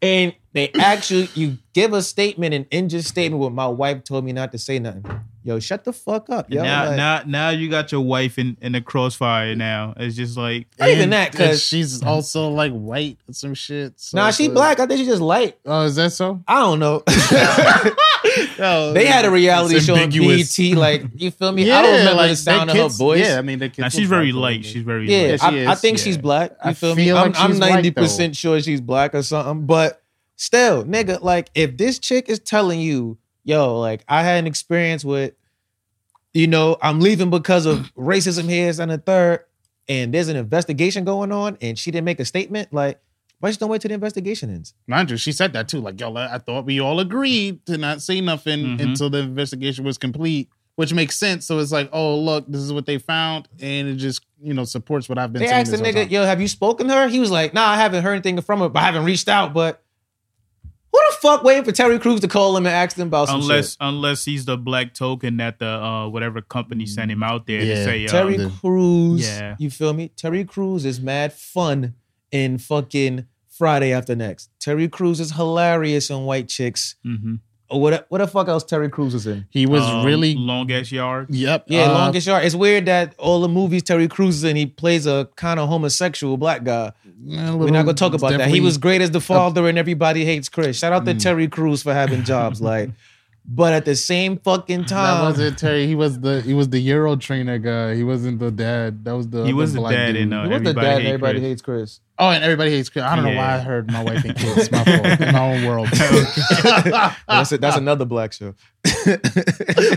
Speaker 4: and they actually you give a statement an injured statement. What my wife told me not to say nothing. Yo, shut the fuck up, yo.
Speaker 1: now,
Speaker 4: like-
Speaker 1: now, now you got your wife in, in the crossfire. Now it's just like
Speaker 4: not even
Speaker 3: And-
Speaker 4: that,
Speaker 3: and
Speaker 4: cause
Speaker 3: she's also like white or some shit. So
Speaker 4: nah,
Speaker 3: it's
Speaker 4: she
Speaker 3: like-
Speaker 4: black. I think she just light.
Speaker 3: Oh, is that so?
Speaker 4: I don't know.
Speaker 3: No,
Speaker 4: they had a reality
Speaker 2: It's
Speaker 4: show on
Speaker 2: ambiguous.
Speaker 4: BET. Like you feel me?
Speaker 3: Yeah,
Speaker 4: I don't remember
Speaker 3: like
Speaker 4: the sound
Speaker 3: they
Speaker 4: of her
Speaker 3: kids-
Speaker 4: voice.
Speaker 3: Yeah, I mean, the kids
Speaker 1: now
Speaker 3: was
Speaker 1: she's very
Speaker 3: black,
Speaker 1: light.
Speaker 3: though.
Speaker 1: She's very
Speaker 4: Yeah,
Speaker 1: light.
Speaker 3: she
Speaker 4: I, I
Speaker 3: is,
Speaker 4: think she's
Speaker 1: yeah.
Speaker 4: black. You
Speaker 3: I
Speaker 4: feel me?
Speaker 3: feel
Speaker 4: I'm,
Speaker 3: like
Speaker 4: I'm
Speaker 3: she's white,
Speaker 4: 90%
Speaker 3: though.
Speaker 4: sure she's black or something. But still, nigga, like if this chick is telling you, yo, like I had an experience with, you know, I'm leaving because of racism here is and the third, and there's an investigation going on, and she didn't make a statement, like, why just don't wait till the investigation ends?
Speaker 3: Mind you, she said that too. Like, yo, I I thought we all agreed to not say nothing
Speaker 1: Mhm.
Speaker 3: until the investigation was complete, which makes sense. So it's like, oh, look, this is what they found, and it just you know supports what I've been.
Speaker 4: They
Speaker 3: saying
Speaker 4: asked the
Speaker 3: this whole
Speaker 4: nigga,
Speaker 3: time.
Speaker 4: yo, have you spoken to her? He was like, nah, I haven't heard anything from her, but I haven't reached out, but who the fuck waiting for Terry Crews to call him and ask them about some shit?
Speaker 1: Unless unless he's the black token that the uh, whatever company sent him out there to
Speaker 3: Yeah.
Speaker 1: say uh,
Speaker 4: Terry
Speaker 3: the-
Speaker 4: Crews.
Speaker 1: Yeah.
Speaker 4: You feel me? Terry Crews is mad fun in fucking Friday after next. Terry Crews is hilarious in White Chicks.
Speaker 1: mhm.
Speaker 4: Or what what the fuck else Terry Crews is in?
Speaker 3: He was
Speaker 1: Um,
Speaker 3: really.
Speaker 1: long ass yard.
Speaker 3: Yep.
Speaker 4: Yeah,
Speaker 3: uh,
Speaker 4: longest yard. It's weird that all the movies Terry Crews is in, he plays a kind of homosexual black guy. We're not gonna talk about that. He was great as the father and everybody hates Chris. Shout out to
Speaker 3: Mm.
Speaker 4: Terry Crews for having jobs. like, but at the same fucking
Speaker 3: That
Speaker 4: time.
Speaker 3: wasn't Terry. He was the he was the Euro trainer guy. He wasn't the dad. That was the
Speaker 1: He
Speaker 3: other
Speaker 1: was the
Speaker 3: black
Speaker 1: dad
Speaker 3: dude.
Speaker 1: in uh,
Speaker 4: Who was the
Speaker 1: everybody.
Speaker 4: dad
Speaker 1: Hate
Speaker 4: and everybody
Speaker 1: Chris.
Speaker 4: hates Chris?
Speaker 3: Oh, and everybody hates Chris. I don't know why
Speaker 1: Yeah.
Speaker 3: I heard my wife and kids. My fault. In my own world.
Speaker 4: That's, it. that's another black show.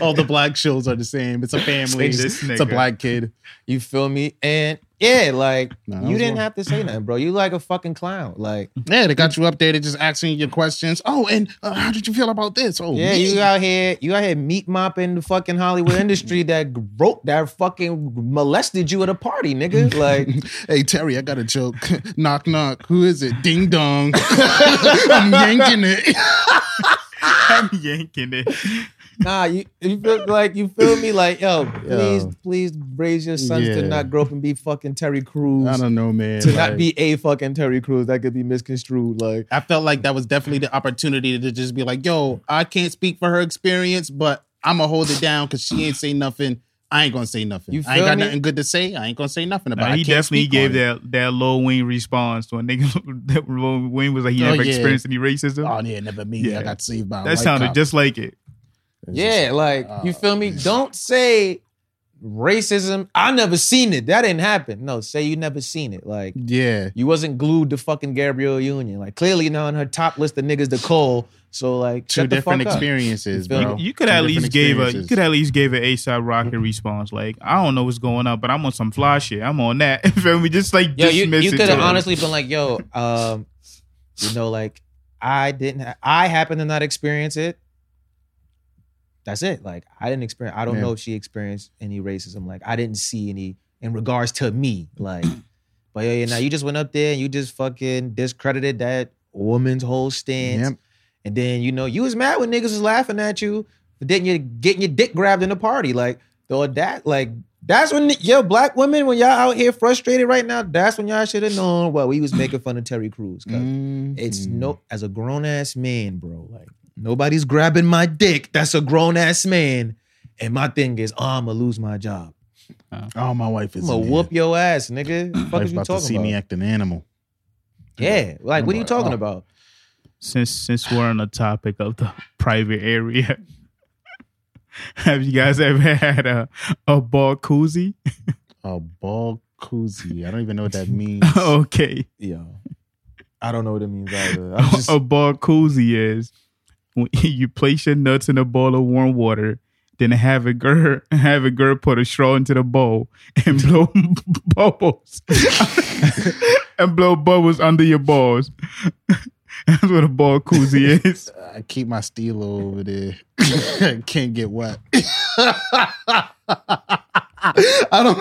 Speaker 3: All the black shows are the same. It's a family.
Speaker 1: This
Speaker 3: It's a
Speaker 1: nigga.
Speaker 3: black kid.
Speaker 4: You feel me? And yeah, like
Speaker 3: Nah, that
Speaker 4: you
Speaker 3: was
Speaker 4: didn't
Speaker 3: one.
Speaker 4: have to say nothing, bro. You like a fucking clown. Like
Speaker 3: Yeah, they got you up there. They just asking you questions. Oh, and uh, how did you feel about this? Oh,
Speaker 4: yeah,
Speaker 3: me.
Speaker 4: you out here, you out here meat mopping the fucking Hollywood industry that wrote that fucking molested you at a party, nigga. Like
Speaker 3: Hey Terry, I got a joke. knock knock. Who is it? Ding dong. I'm yanking it.
Speaker 1: I'm yanking it.
Speaker 4: nah, you, you feel like you feel me? Like yo, please,
Speaker 3: Yo.
Speaker 4: please raise your sons to
Speaker 3: Yeah.
Speaker 4: not grow up and be fucking Terry Crews.
Speaker 3: I
Speaker 4: To
Speaker 3: don't know, man.
Speaker 4: not
Speaker 3: Like,
Speaker 4: be a fucking Terry Crews, that could be misconstrued. Like
Speaker 3: I felt like that was definitely the opportunity to just be like, yo, I can't speak for her experience, but I'ma hold it down because she ain't say nothing. I ain't gonna say nothing.
Speaker 4: You
Speaker 3: I ain't
Speaker 4: feel
Speaker 3: got
Speaker 4: me?
Speaker 3: nothing good to say. I ain't gonna say nothing about
Speaker 1: Nah,
Speaker 3: it. I
Speaker 1: he
Speaker 3: can't
Speaker 1: definitely
Speaker 3: speak
Speaker 1: gave
Speaker 3: on it.
Speaker 1: that that low wing response to a nigga. that low wing was like he
Speaker 3: Oh,
Speaker 1: never
Speaker 3: yeah.
Speaker 1: experienced any racism.
Speaker 3: Oh yeah, never me.
Speaker 1: Yeah.
Speaker 3: I got saved by a
Speaker 1: that
Speaker 3: white
Speaker 1: sounded
Speaker 3: cop.
Speaker 1: just like it.
Speaker 3: It's
Speaker 4: Yeah, like you
Speaker 3: uh,
Speaker 4: feel me? Don't say racism. I never seen it. That didn't happen. No, say you never seen it. Like
Speaker 3: just- yeah.
Speaker 4: you wasn't glued to fucking Gabrielle Union. Like clearly not on her top list of niggas to call. So like
Speaker 3: Two
Speaker 4: shut the
Speaker 3: different
Speaker 4: fuck up.
Speaker 3: experiences,
Speaker 4: You feel
Speaker 3: bro.
Speaker 4: me?
Speaker 1: You could
Speaker 3: Two
Speaker 1: at
Speaker 3: different
Speaker 1: least gave a you
Speaker 3: experiences.
Speaker 1: could at least gave an ASAP Rocky response. Like I don't know what's going on, but I'm on some fly shit. I'm on that. Feel me? Just like
Speaker 4: Yo, you,
Speaker 1: dismiss
Speaker 4: you
Speaker 1: it
Speaker 4: could have
Speaker 1: totally.
Speaker 4: honestly been like, yo, um, you know, like I didn't ha- I happen to not experience it. That's it. Like I didn't experience I don't
Speaker 3: Yeah.
Speaker 4: know if she experienced any racism. Like I didn't see any in regards to me. Like, but yeah, yeah, now you just went up there and you just fucking discredited that woman's whole stance.
Speaker 3: Yep.
Speaker 4: And then you know, you was mad when niggas was laughing at you, but then you getting your dick grabbed in the party. Like, though that like that's when yo black women when y'all out here frustrated right now. That's when y'all should have known. Well, we was making fun of Terry Crews. 'cause It's
Speaker 3: Mhm.
Speaker 4: no as a grown ass man, bro. Like nobody's grabbing my dick. That's a grown ass man. And my thing is, oh, I'ma lose my job.
Speaker 3: Oh, my wife is.
Speaker 4: I'ma
Speaker 3: in
Speaker 4: whoop
Speaker 3: here.
Speaker 4: your ass, nigga. The
Speaker 3: My
Speaker 4: fuck
Speaker 3: wife
Speaker 4: is you
Speaker 3: about to see
Speaker 4: talking
Speaker 3: me
Speaker 4: about?
Speaker 3: act an animal.
Speaker 4: Yeah, like what are you
Speaker 3: I'm like,
Speaker 4: talking
Speaker 3: oh.
Speaker 4: about?
Speaker 1: since since we're on the topic of the private area, have you guys ever had a a bar koozie?
Speaker 3: A ball jacuzzi. I don't even know what that means.
Speaker 1: Oh, okay.
Speaker 4: Yo, I don't know what it means either. I'm just
Speaker 1: a bar koozie is when you place your nuts in a bowl of warm water, then have a girl have a girl put a straw into the bowl and blow bubbles and blow bubbles under your balls. That's what a bar koozie is.
Speaker 3: I keep my steel over there. Can't get wet. I don't.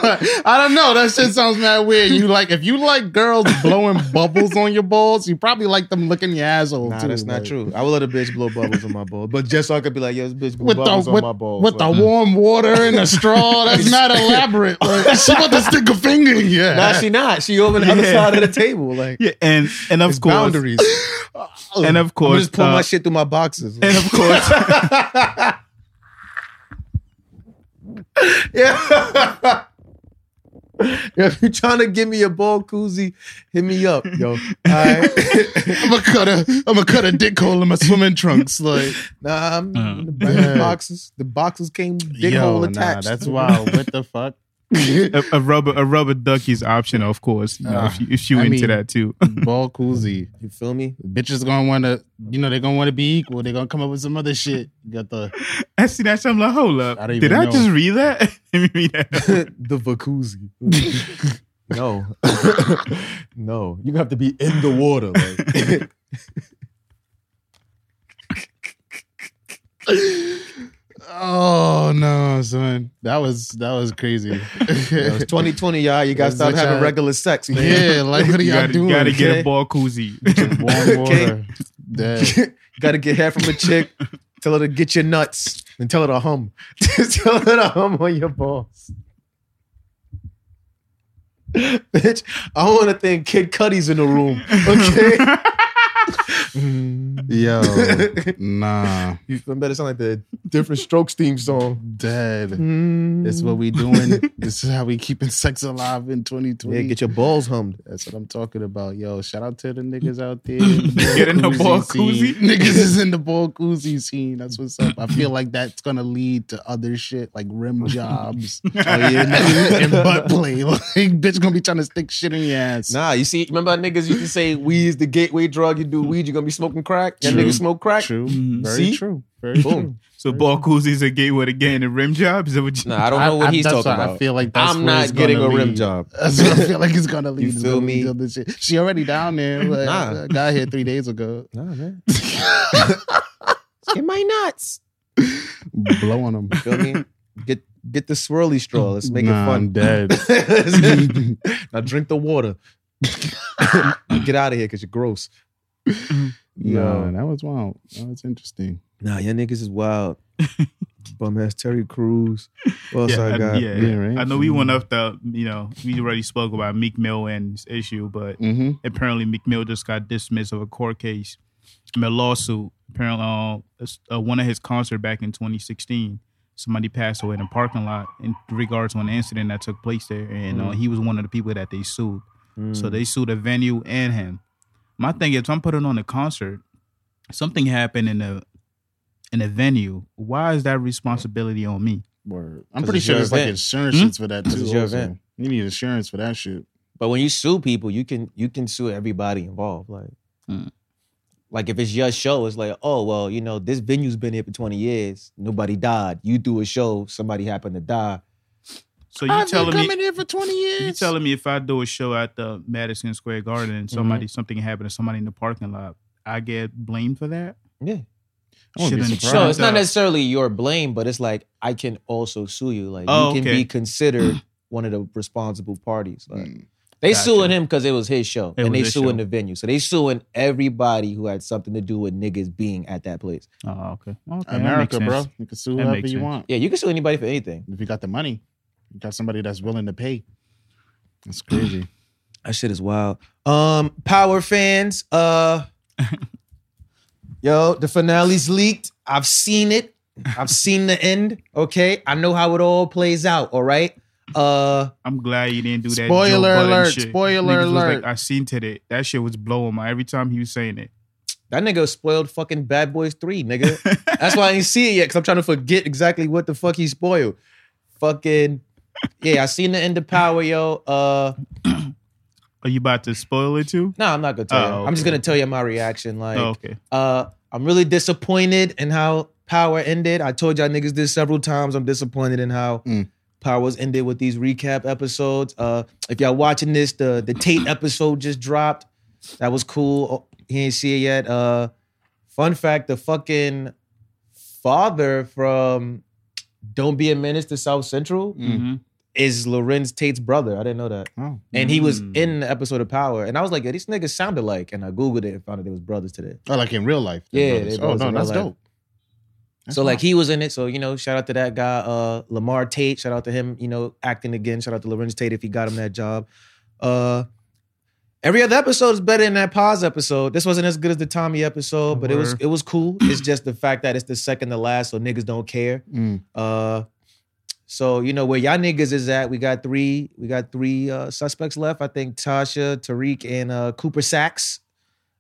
Speaker 3: I don't know. That shit sounds mad weird. You like if you like girls blowing bubbles on your balls, you probably like them licking your asshole
Speaker 4: Nah,
Speaker 3: too.
Speaker 4: that's not
Speaker 3: like,
Speaker 4: true. I would let a bitch blow bubbles on my balls, but just so I could be like, yo, this bitch blew
Speaker 3: With the-
Speaker 4: bubbles on my balls.
Speaker 3: With the
Speaker 4: Like,
Speaker 3: warm water and the straw, that's not elaborate. Like, she about to stick a finger in your
Speaker 4: nah,
Speaker 3: ass.
Speaker 4: she not. She over the other
Speaker 1: Yeah.
Speaker 4: side of the table. Like,
Speaker 1: Yeah, and and of course,
Speaker 2: Boundaries.
Speaker 1: and of
Speaker 4: I'm
Speaker 1: course,
Speaker 4: just pull
Speaker 1: uh,
Speaker 4: my shit through my boxes.
Speaker 1: and of course,
Speaker 4: yeah. if you're trying to give me a ball koozie, hit me up, yo. All right.
Speaker 3: I'm gonna cut a. I'm gonna cut a dick hole in my swimming trunks. Like
Speaker 4: Nah, I'm
Speaker 1: Oh,
Speaker 4: in the back of the boxes. The boxes came dick hole attached.
Speaker 3: that's wild. What the fuck?
Speaker 1: a, a rubber a rubber ducky's optional, of course. You know,
Speaker 3: Ah,
Speaker 1: if you if you
Speaker 3: I
Speaker 1: into
Speaker 3: mean-
Speaker 1: that too.
Speaker 3: Ball koozie.
Speaker 4: You feel me?
Speaker 3: Bitches gonna wanna. You know they're gonna wanna be equal. They're gonna come up with some other shit. You got the.
Speaker 1: I see that. shit, I'm like, hold up.
Speaker 3: I don't
Speaker 1: Did
Speaker 3: even
Speaker 1: I
Speaker 3: know.
Speaker 1: just read that? Let me read that.
Speaker 4: the Vakuzi. no. no. You're gonna have to be in the water. Like.
Speaker 3: Oh no, son. That was that was crazy.
Speaker 4: Yo, it's 2020, y'all. You gotta
Speaker 3: That's
Speaker 4: start
Speaker 3: what
Speaker 4: having
Speaker 3: y'all-
Speaker 4: regular sex, man.
Speaker 3: yeah, like what are
Speaker 1: You
Speaker 3: y'all
Speaker 1: gotta,
Speaker 3: doing?
Speaker 1: gotta get
Speaker 4: okay?
Speaker 1: a ball koozie.
Speaker 3: warm water. Dead.
Speaker 4: gotta get hair from a chick. Tell her to get your nuts and tell her to hum. tell her to hum on your balls. Bitch, I want to think Kid Cudi's in the room. Okay,
Speaker 3: Yo, nah,
Speaker 4: you feel better sound like the different strokes theme song.
Speaker 3: dead. This
Speaker 4: It's
Speaker 3: is what we doing. Mm. this is how we keeping sex alive in 2020.
Speaker 4: yeah, get your balls hummed.
Speaker 3: That's what I'm talking about. Yo, shout out to the niggas out there.
Speaker 1: Get in the ball
Speaker 3: scene.
Speaker 1: koozie.
Speaker 3: Niggas is in the ball koozie scene. That's what's up. I feel like that's gonna lead to other shit like rim jobs Oh, and butt play. Like bitch gonna be trying to stick shit in your ass.
Speaker 4: Nah, you see, remember how niggas used to say weed is the gateway drug. You do weed, you gonna be smoking crack. That
Speaker 3: True.
Speaker 4: nigga smoke crack. Mm-hmm.
Speaker 1: Mhm.
Speaker 3: True. Very
Speaker 4: See?
Speaker 3: true. Very
Speaker 4: Boom.
Speaker 3: true.
Speaker 1: so ball koozie's a gateway to getting a rim job. Is that what you?
Speaker 4: Nah, I don't know what he's
Speaker 3: that's
Speaker 4: talking
Speaker 3: why
Speaker 4: about.
Speaker 3: I feel like that's
Speaker 4: I'm
Speaker 3: where it's
Speaker 4: not getting a
Speaker 3: gonna
Speaker 4: rim
Speaker 3: lead.
Speaker 4: job.
Speaker 3: That's what I feel like it's gonna lead. It's
Speaker 4: feel
Speaker 3: gonna lead
Speaker 4: me?
Speaker 3: to other shit. She already down there. Like,
Speaker 4: Nah.
Speaker 3: I got here three days ago.
Speaker 4: Nah, man. Get my nuts.
Speaker 3: Blowing them.
Speaker 4: Feel me? Get get the swirly straw. Let's make
Speaker 3: Nah, I'm
Speaker 4: it
Speaker 3: dead.
Speaker 4: fun. now drink the water. get out of here because you're gross.
Speaker 3: Nah,
Speaker 4: Yo.
Speaker 3: that was wild. That was interesting.
Speaker 4: Nah, your niggas is wild. Bum ass Terry Crews. What else
Speaker 1: Yeah,
Speaker 4: I
Speaker 1: I-
Speaker 4: got?
Speaker 1: yeah.
Speaker 3: right.
Speaker 1: I know we went up the, you know, we already spoke about Meek Mill and his issue, but
Speaker 3: Mm-hmm.
Speaker 1: apparently Meek Mill just got dismissed of a court case, I mean, a lawsuit. Apparently, uh, it's, uh, one of his concert back in 2016, somebody passed away in a parking lot in regards to an incident that took place there, and
Speaker 4: Mm.
Speaker 1: uh, he was one of the people that they sued. So
Speaker 4: Hmm.
Speaker 3: Mm.
Speaker 1: they sued the venue and him. My thing is, if I'm putting on a concert, something happened in the in the venue. Why is that responsibility on me?
Speaker 3: Word. I'm
Speaker 4: 'Cause
Speaker 3: pretty
Speaker 4: it's
Speaker 3: sure
Speaker 4: your
Speaker 3: there's like
Speaker 4: event.
Speaker 3: insurance
Speaker 1: Hmm?
Speaker 3: shits for that
Speaker 4: 'Cause
Speaker 3: too.
Speaker 4: it's your
Speaker 3: also.
Speaker 4: event.
Speaker 3: You need insurance for that shit.
Speaker 4: But when you sue people, you can you can sue everybody involved. Like, Hmm.
Speaker 1: Mm.
Speaker 4: like if it's your show, it's like, oh well, you know, this venue's been here for 20 years. Nobody died. You do a show, somebody happened to die.
Speaker 1: So you telling me
Speaker 3: here for 20 years.
Speaker 1: You telling me if I do a show at the Madison Square Garden
Speaker 3: Mm-hmm.
Speaker 1: and somebody something happened to somebody in the parking lot, I get blamed for that?
Speaker 4: Yeah.
Speaker 3: I wouldn't be
Speaker 1: Shouldn't-
Speaker 3: surprised.
Speaker 4: So it's not
Speaker 1: Right.
Speaker 4: necessarily your blame, but it's like I can also sue you. Like
Speaker 1: Oh,
Speaker 4: you can
Speaker 1: okay.
Speaker 4: be considered one of the responsible parties. Like
Speaker 3: Mm.
Speaker 4: they
Speaker 1: Gotcha.
Speaker 4: suing him because it was his show,
Speaker 1: It
Speaker 4: and
Speaker 1: was
Speaker 4: they
Speaker 1: his
Speaker 4: suing
Speaker 1: show.
Speaker 4: the venue. So they suing everybody who had something to do with niggas being at that place.
Speaker 1: Oh, okay. okay
Speaker 3: America, bro.
Speaker 1: bro.
Speaker 3: You can sue
Speaker 1: That
Speaker 3: whoever
Speaker 1: makes
Speaker 3: you
Speaker 1: sense.
Speaker 3: want.
Speaker 4: Yeah, you can sue anybody for anything.
Speaker 3: If you got the money, you got somebody that's willing to pay. That's crazy.
Speaker 4: That shit is wild. Um, power fans. Uh, yo, the finale's leaked. I've seen it. I've seen the end. Okay, I know how it all plays out. All right. Uh,
Speaker 1: I'm glad you didn't do that.
Speaker 3: Spoiler
Speaker 1: Joe Budden
Speaker 3: alert,
Speaker 1: shit.
Speaker 3: spoiler
Speaker 1: Niggas was
Speaker 3: alert.
Speaker 1: Like, I seen today. That shit was blowing my every time he was saying it.
Speaker 4: That nigga spoiled fucking Bad Boys 3, nigga. That's why I ain't see it yet, because I'm trying to forget exactly what the fuck he spoiled. Fucking yeah, I seen the end of Power, yo. Uh,
Speaker 1: Are you about to spoil it too?
Speaker 4: no, I'm not gonna tell you.
Speaker 1: Oh,
Speaker 4: I'm just
Speaker 1: okay.
Speaker 4: gonna tell you my reaction. Like,
Speaker 1: Oh, okay.
Speaker 4: Uh, I'm really disappointed in how Power ended. I told y'all niggas this several times. I'm disappointed in how
Speaker 3: Mm.
Speaker 4: Power's ended with these recap episodes. Uh, if y'all watching this, the the Tate episode just dropped. That was cool. Oh, He ain't see it yet. Uh, fun fact: the fucking father from Don't Be a Menace to South Central
Speaker 1: Mm. Mm-hmm.
Speaker 4: is Lorenz Tate's brother. I didn't know that.
Speaker 3: Oh.
Speaker 4: And he was
Speaker 1: Mm.
Speaker 4: in the episode of Power, and I was like, yeah, these niggas sound alike. And I googled it and found out they was brothers today.
Speaker 3: Oh, like in real life. they're
Speaker 4: Yeah,
Speaker 3: brothers.
Speaker 4: they brothers
Speaker 3: oh
Speaker 4: in
Speaker 3: no,
Speaker 4: real
Speaker 3: that's
Speaker 4: life.
Speaker 3: dope. That's
Speaker 4: so like
Speaker 3: nice.
Speaker 4: he was in it. So you know, shout out to that guy, uh, Lamar Tate. Shout out to him. You know, acting again. Shout out to Lorenz Tate if he got him that job. Uh, every other episode is better than that Pause episode. This wasn't as good as the Tommy episode, but it was
Speaker 1: Word.
Speaker 4: it was cool. It's just the fact that it's the second to last, so niggas don't care.
Speaker 3: Mm.
Speaker 4: Uh, so you know where y'all niggas is at. We got three. We got three uh, suspects left. I think Tasha, Tariq, and uh, Cooper Sacks.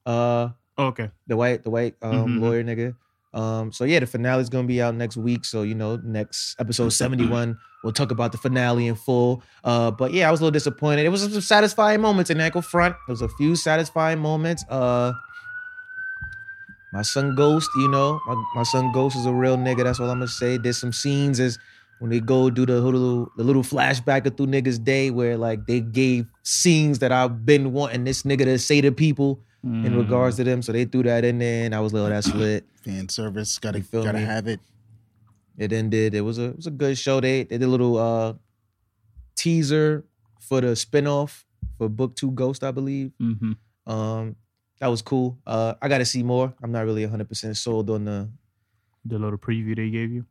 Speaker 4: Uh,
Speaker 1: Okay.
Speaker 4: the white the white um,
Speaker 1: Mhm.
Speaker 4: lawyer nigga. Um, so yeah, the finale's gonna be out next week. So you know, next episode seventy one, we'll talk about the finale in full. Uh, but yeah, I was a little disappointed. It was some satisfying moments in Ankle Front. There was a few satisfying moments. Uh, my son Ghost, you know, my, my son Ghost is a real nigga. That's all I'm gonna say. There's some scenes as when they go do the little the little flashback of through niggas day where like they gave scenes that I've been wanting this nigga to say to people
Speaker 1: Mm-hmm. Mm.
Speaker 4: in regards to them. So they threw that in there, and I was like, oh, "That's lit."
Speaker 3: fan service. Gotta
Speaker 4: You feel
Speaker 3: gotta
Speaker 4: me?
Speaker 3: have it.
Speaker 4: It ended. It was a it was a good show. They they did a little uh, teaser for the spinoff for Book Two Ghost, I believe.
Speaker 1: Mm-hmm.
Speaker 4: Um, that was cool. Uh, I got to see more. I'm not really 100 percent sold on the
Speaker 1: The little preview they gave you.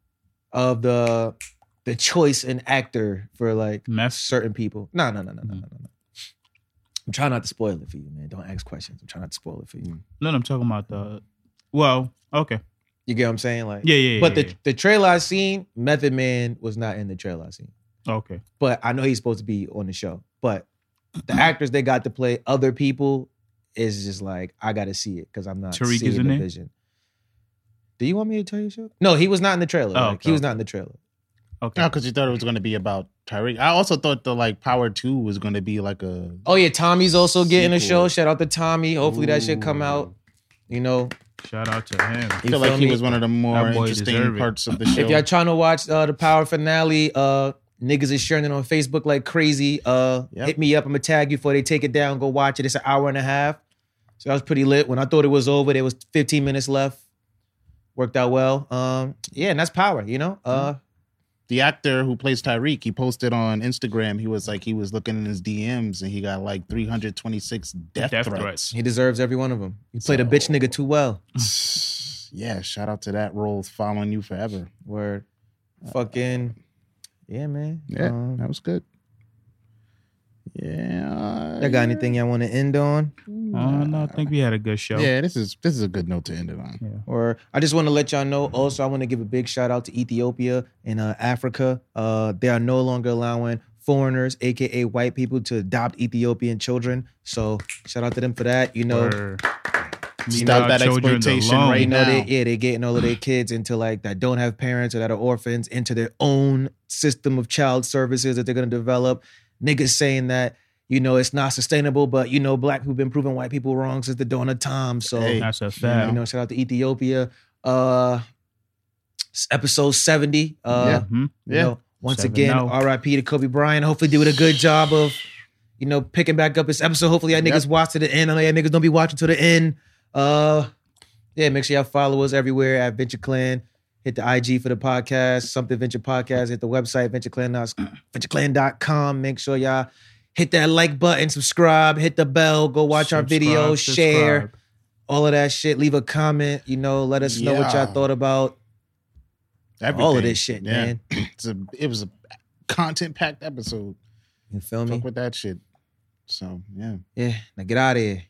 Speaker 4: of the the choice in actor for like
Speaker 1: Mess.
Speaker 4: certain people. No, no, no, no, no, no, no. no. I'm trying not to spoil it for you, man. Don't ask questions. I'm trying not to spoil it for you.
Speaker 1: No, no, I'm talking about the. Well, okay.
Speaker 4: You get what I'm saying? Like,
Speaker 1: Yeah, yeah. yeah
Speaker 4: But the
Speaker 1: yeah,
Speaker 4: the trailer I seen, Method Man was not in the trailer I seen.
Speaker 1: yeah. okay.
Speaker 4: But I know he's supposed to be on the show. But the actors they got to play other people is just like I got to see it because I'm not
Speaker 1: Tariq
Speaker 4: seeing
Speaker 1: is in
Speaker 4: the
Speaker 1: it?
Speaker 4: vision. Do you want me to tell you, show? No, he was not in the trailer.
Speaker 1: Oh,
Speaker 4: like,
Speaker 1: okay,
Speaker 4: He was
Speaker 1: okay.
Speaker 4: not in the trailer.
Speaker 1: Okay.
Speaker 3: No, because you thought it was gonna be about Tyreek. I also thought the like Power Two was gonna be like a
Speaker 4: Oh yeah, Tommy's also getting a
Speaker 3: Sequel.
Speaker 4: show. Shout out to Tommy. Hopefully that shit come
Speaker 3: Ooh.
Speaker 4: out. You know,
Speaker 1: Shout out to him.
Speaker 4: you
Speaker 3: I feel like he
Speaker 4: me?
Speaker 3: was one of the more
Speaker 1: That boy deserve
Speaker 3: interesting
Speaker 1: it.
Speaker 3: parts of the show.
Speaker 4: If y'all trying to watch uh, the power finale, uh, niggas is sharing it on Facebook like crazy. Uh,
Speaker 3: Yep.
Speaker 4: Hit me up. I'm going to tag you before they take it down. Go watch it. It's an hour and a half. So that was pretty lit. When I thought it was over, there was 15 minutes left. Worked out well. Um, yeah, and that's power, you know? Uh,
Speaker 3: the actor who plays Tyreek, he posted on Instagram. He was like, he was looking in his DMs and he got like 326 death,
Speaker 1: Death
Speaker 3: threats.
Speaker 4: He deserves every one of them. You played a bitch
Speaker 3: So-
Speaker 4: nigga too well.
Speaker 3: yeah, shout out to that role following you forever.
Speaker 4: Word. Fucking. Yeah, man. Um,
Speaker 3: that was good. Yeah.
Speaker 4: y'all got anything y'all want to end on?
Speaker 1: Uh, no, I think we had a good show.
Speaker 3: Yeah, this is this is a good note to end it on.
Speaker 4: or I just want to let y'all know. Also, I want to give a big shout out to Ethiopia and uh, Africa. Uh, they are no longer allowing foreigners, aka white people, to adopt Ethiopian children. So shout out to them for that. You know,
Speaker 1: Word. Leave
Speaker 3: Stop
Speaker 1: our
Speaker 3: that
Speaker 1: children
Speaker 3: exploitation
Speaker 1: alone.
Speaker 4: you
Speaker 3: right
Speaker 4: know, they,
Speaker 3: now.
Speaker 4: yeah, they're getting all of their kids into like that don't have parents or that are orphans into their own system of child services that they're gonna develop. Niggas saying that. You know, it's not sustainable, but you know, black people been proving white people wrong since the dawn of time. So
Speaker 3: Hey,
Speaker 1: That's a fact.
Speaker 3: Yeah.
Speaker 4: you know, shout out to Ethiopia. Uh s- episode 70. Uh
Speaker 1: Mhm.
Speaker 4: you
Speaker 3: Yeah.
Speaker 4: know, once
Speaker 1: Seven oh.
Speaker 4: again,
Speaker 1: now.
Speaker 4: RIP to Kobe Bryant. Hopefully doing a good job of, you know, picking back up this episode. Hopefully y'all niggas watch to the end. I know y'all niggas don't be watching to the end. Uh yeah, make sure y'all follow us everywhere at Venture Clan. Hit the IG for the podcast, something Venture Podcast. Hit the website, ventureclan dot- ventureclan.com. Make sure y'all hit that like button, subscribe, hit the bell, go watch our
Speaker 1: Subscribe,
Speaker 4: videos, share
Speaker 1: subscribe.
Speaker 4: all of that shit. Leave a comment, you know, let us know what
Speaker 3: Yeah.
Speaker 4: y'all thought about all of
Speaker 3: Everything.
Speaker 4: this shit,
Speaker 3: Yeah.
Speaker 4: man.
Speaker 3: It's a, it was a content packed episode.
Speaker 4: You feel me?
Speaker 3: Fuck with that shit. So, yeah.
Speaker 4: Yeah. Now get out of here.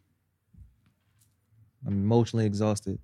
Speaker 4: I'm emotionally exhausted.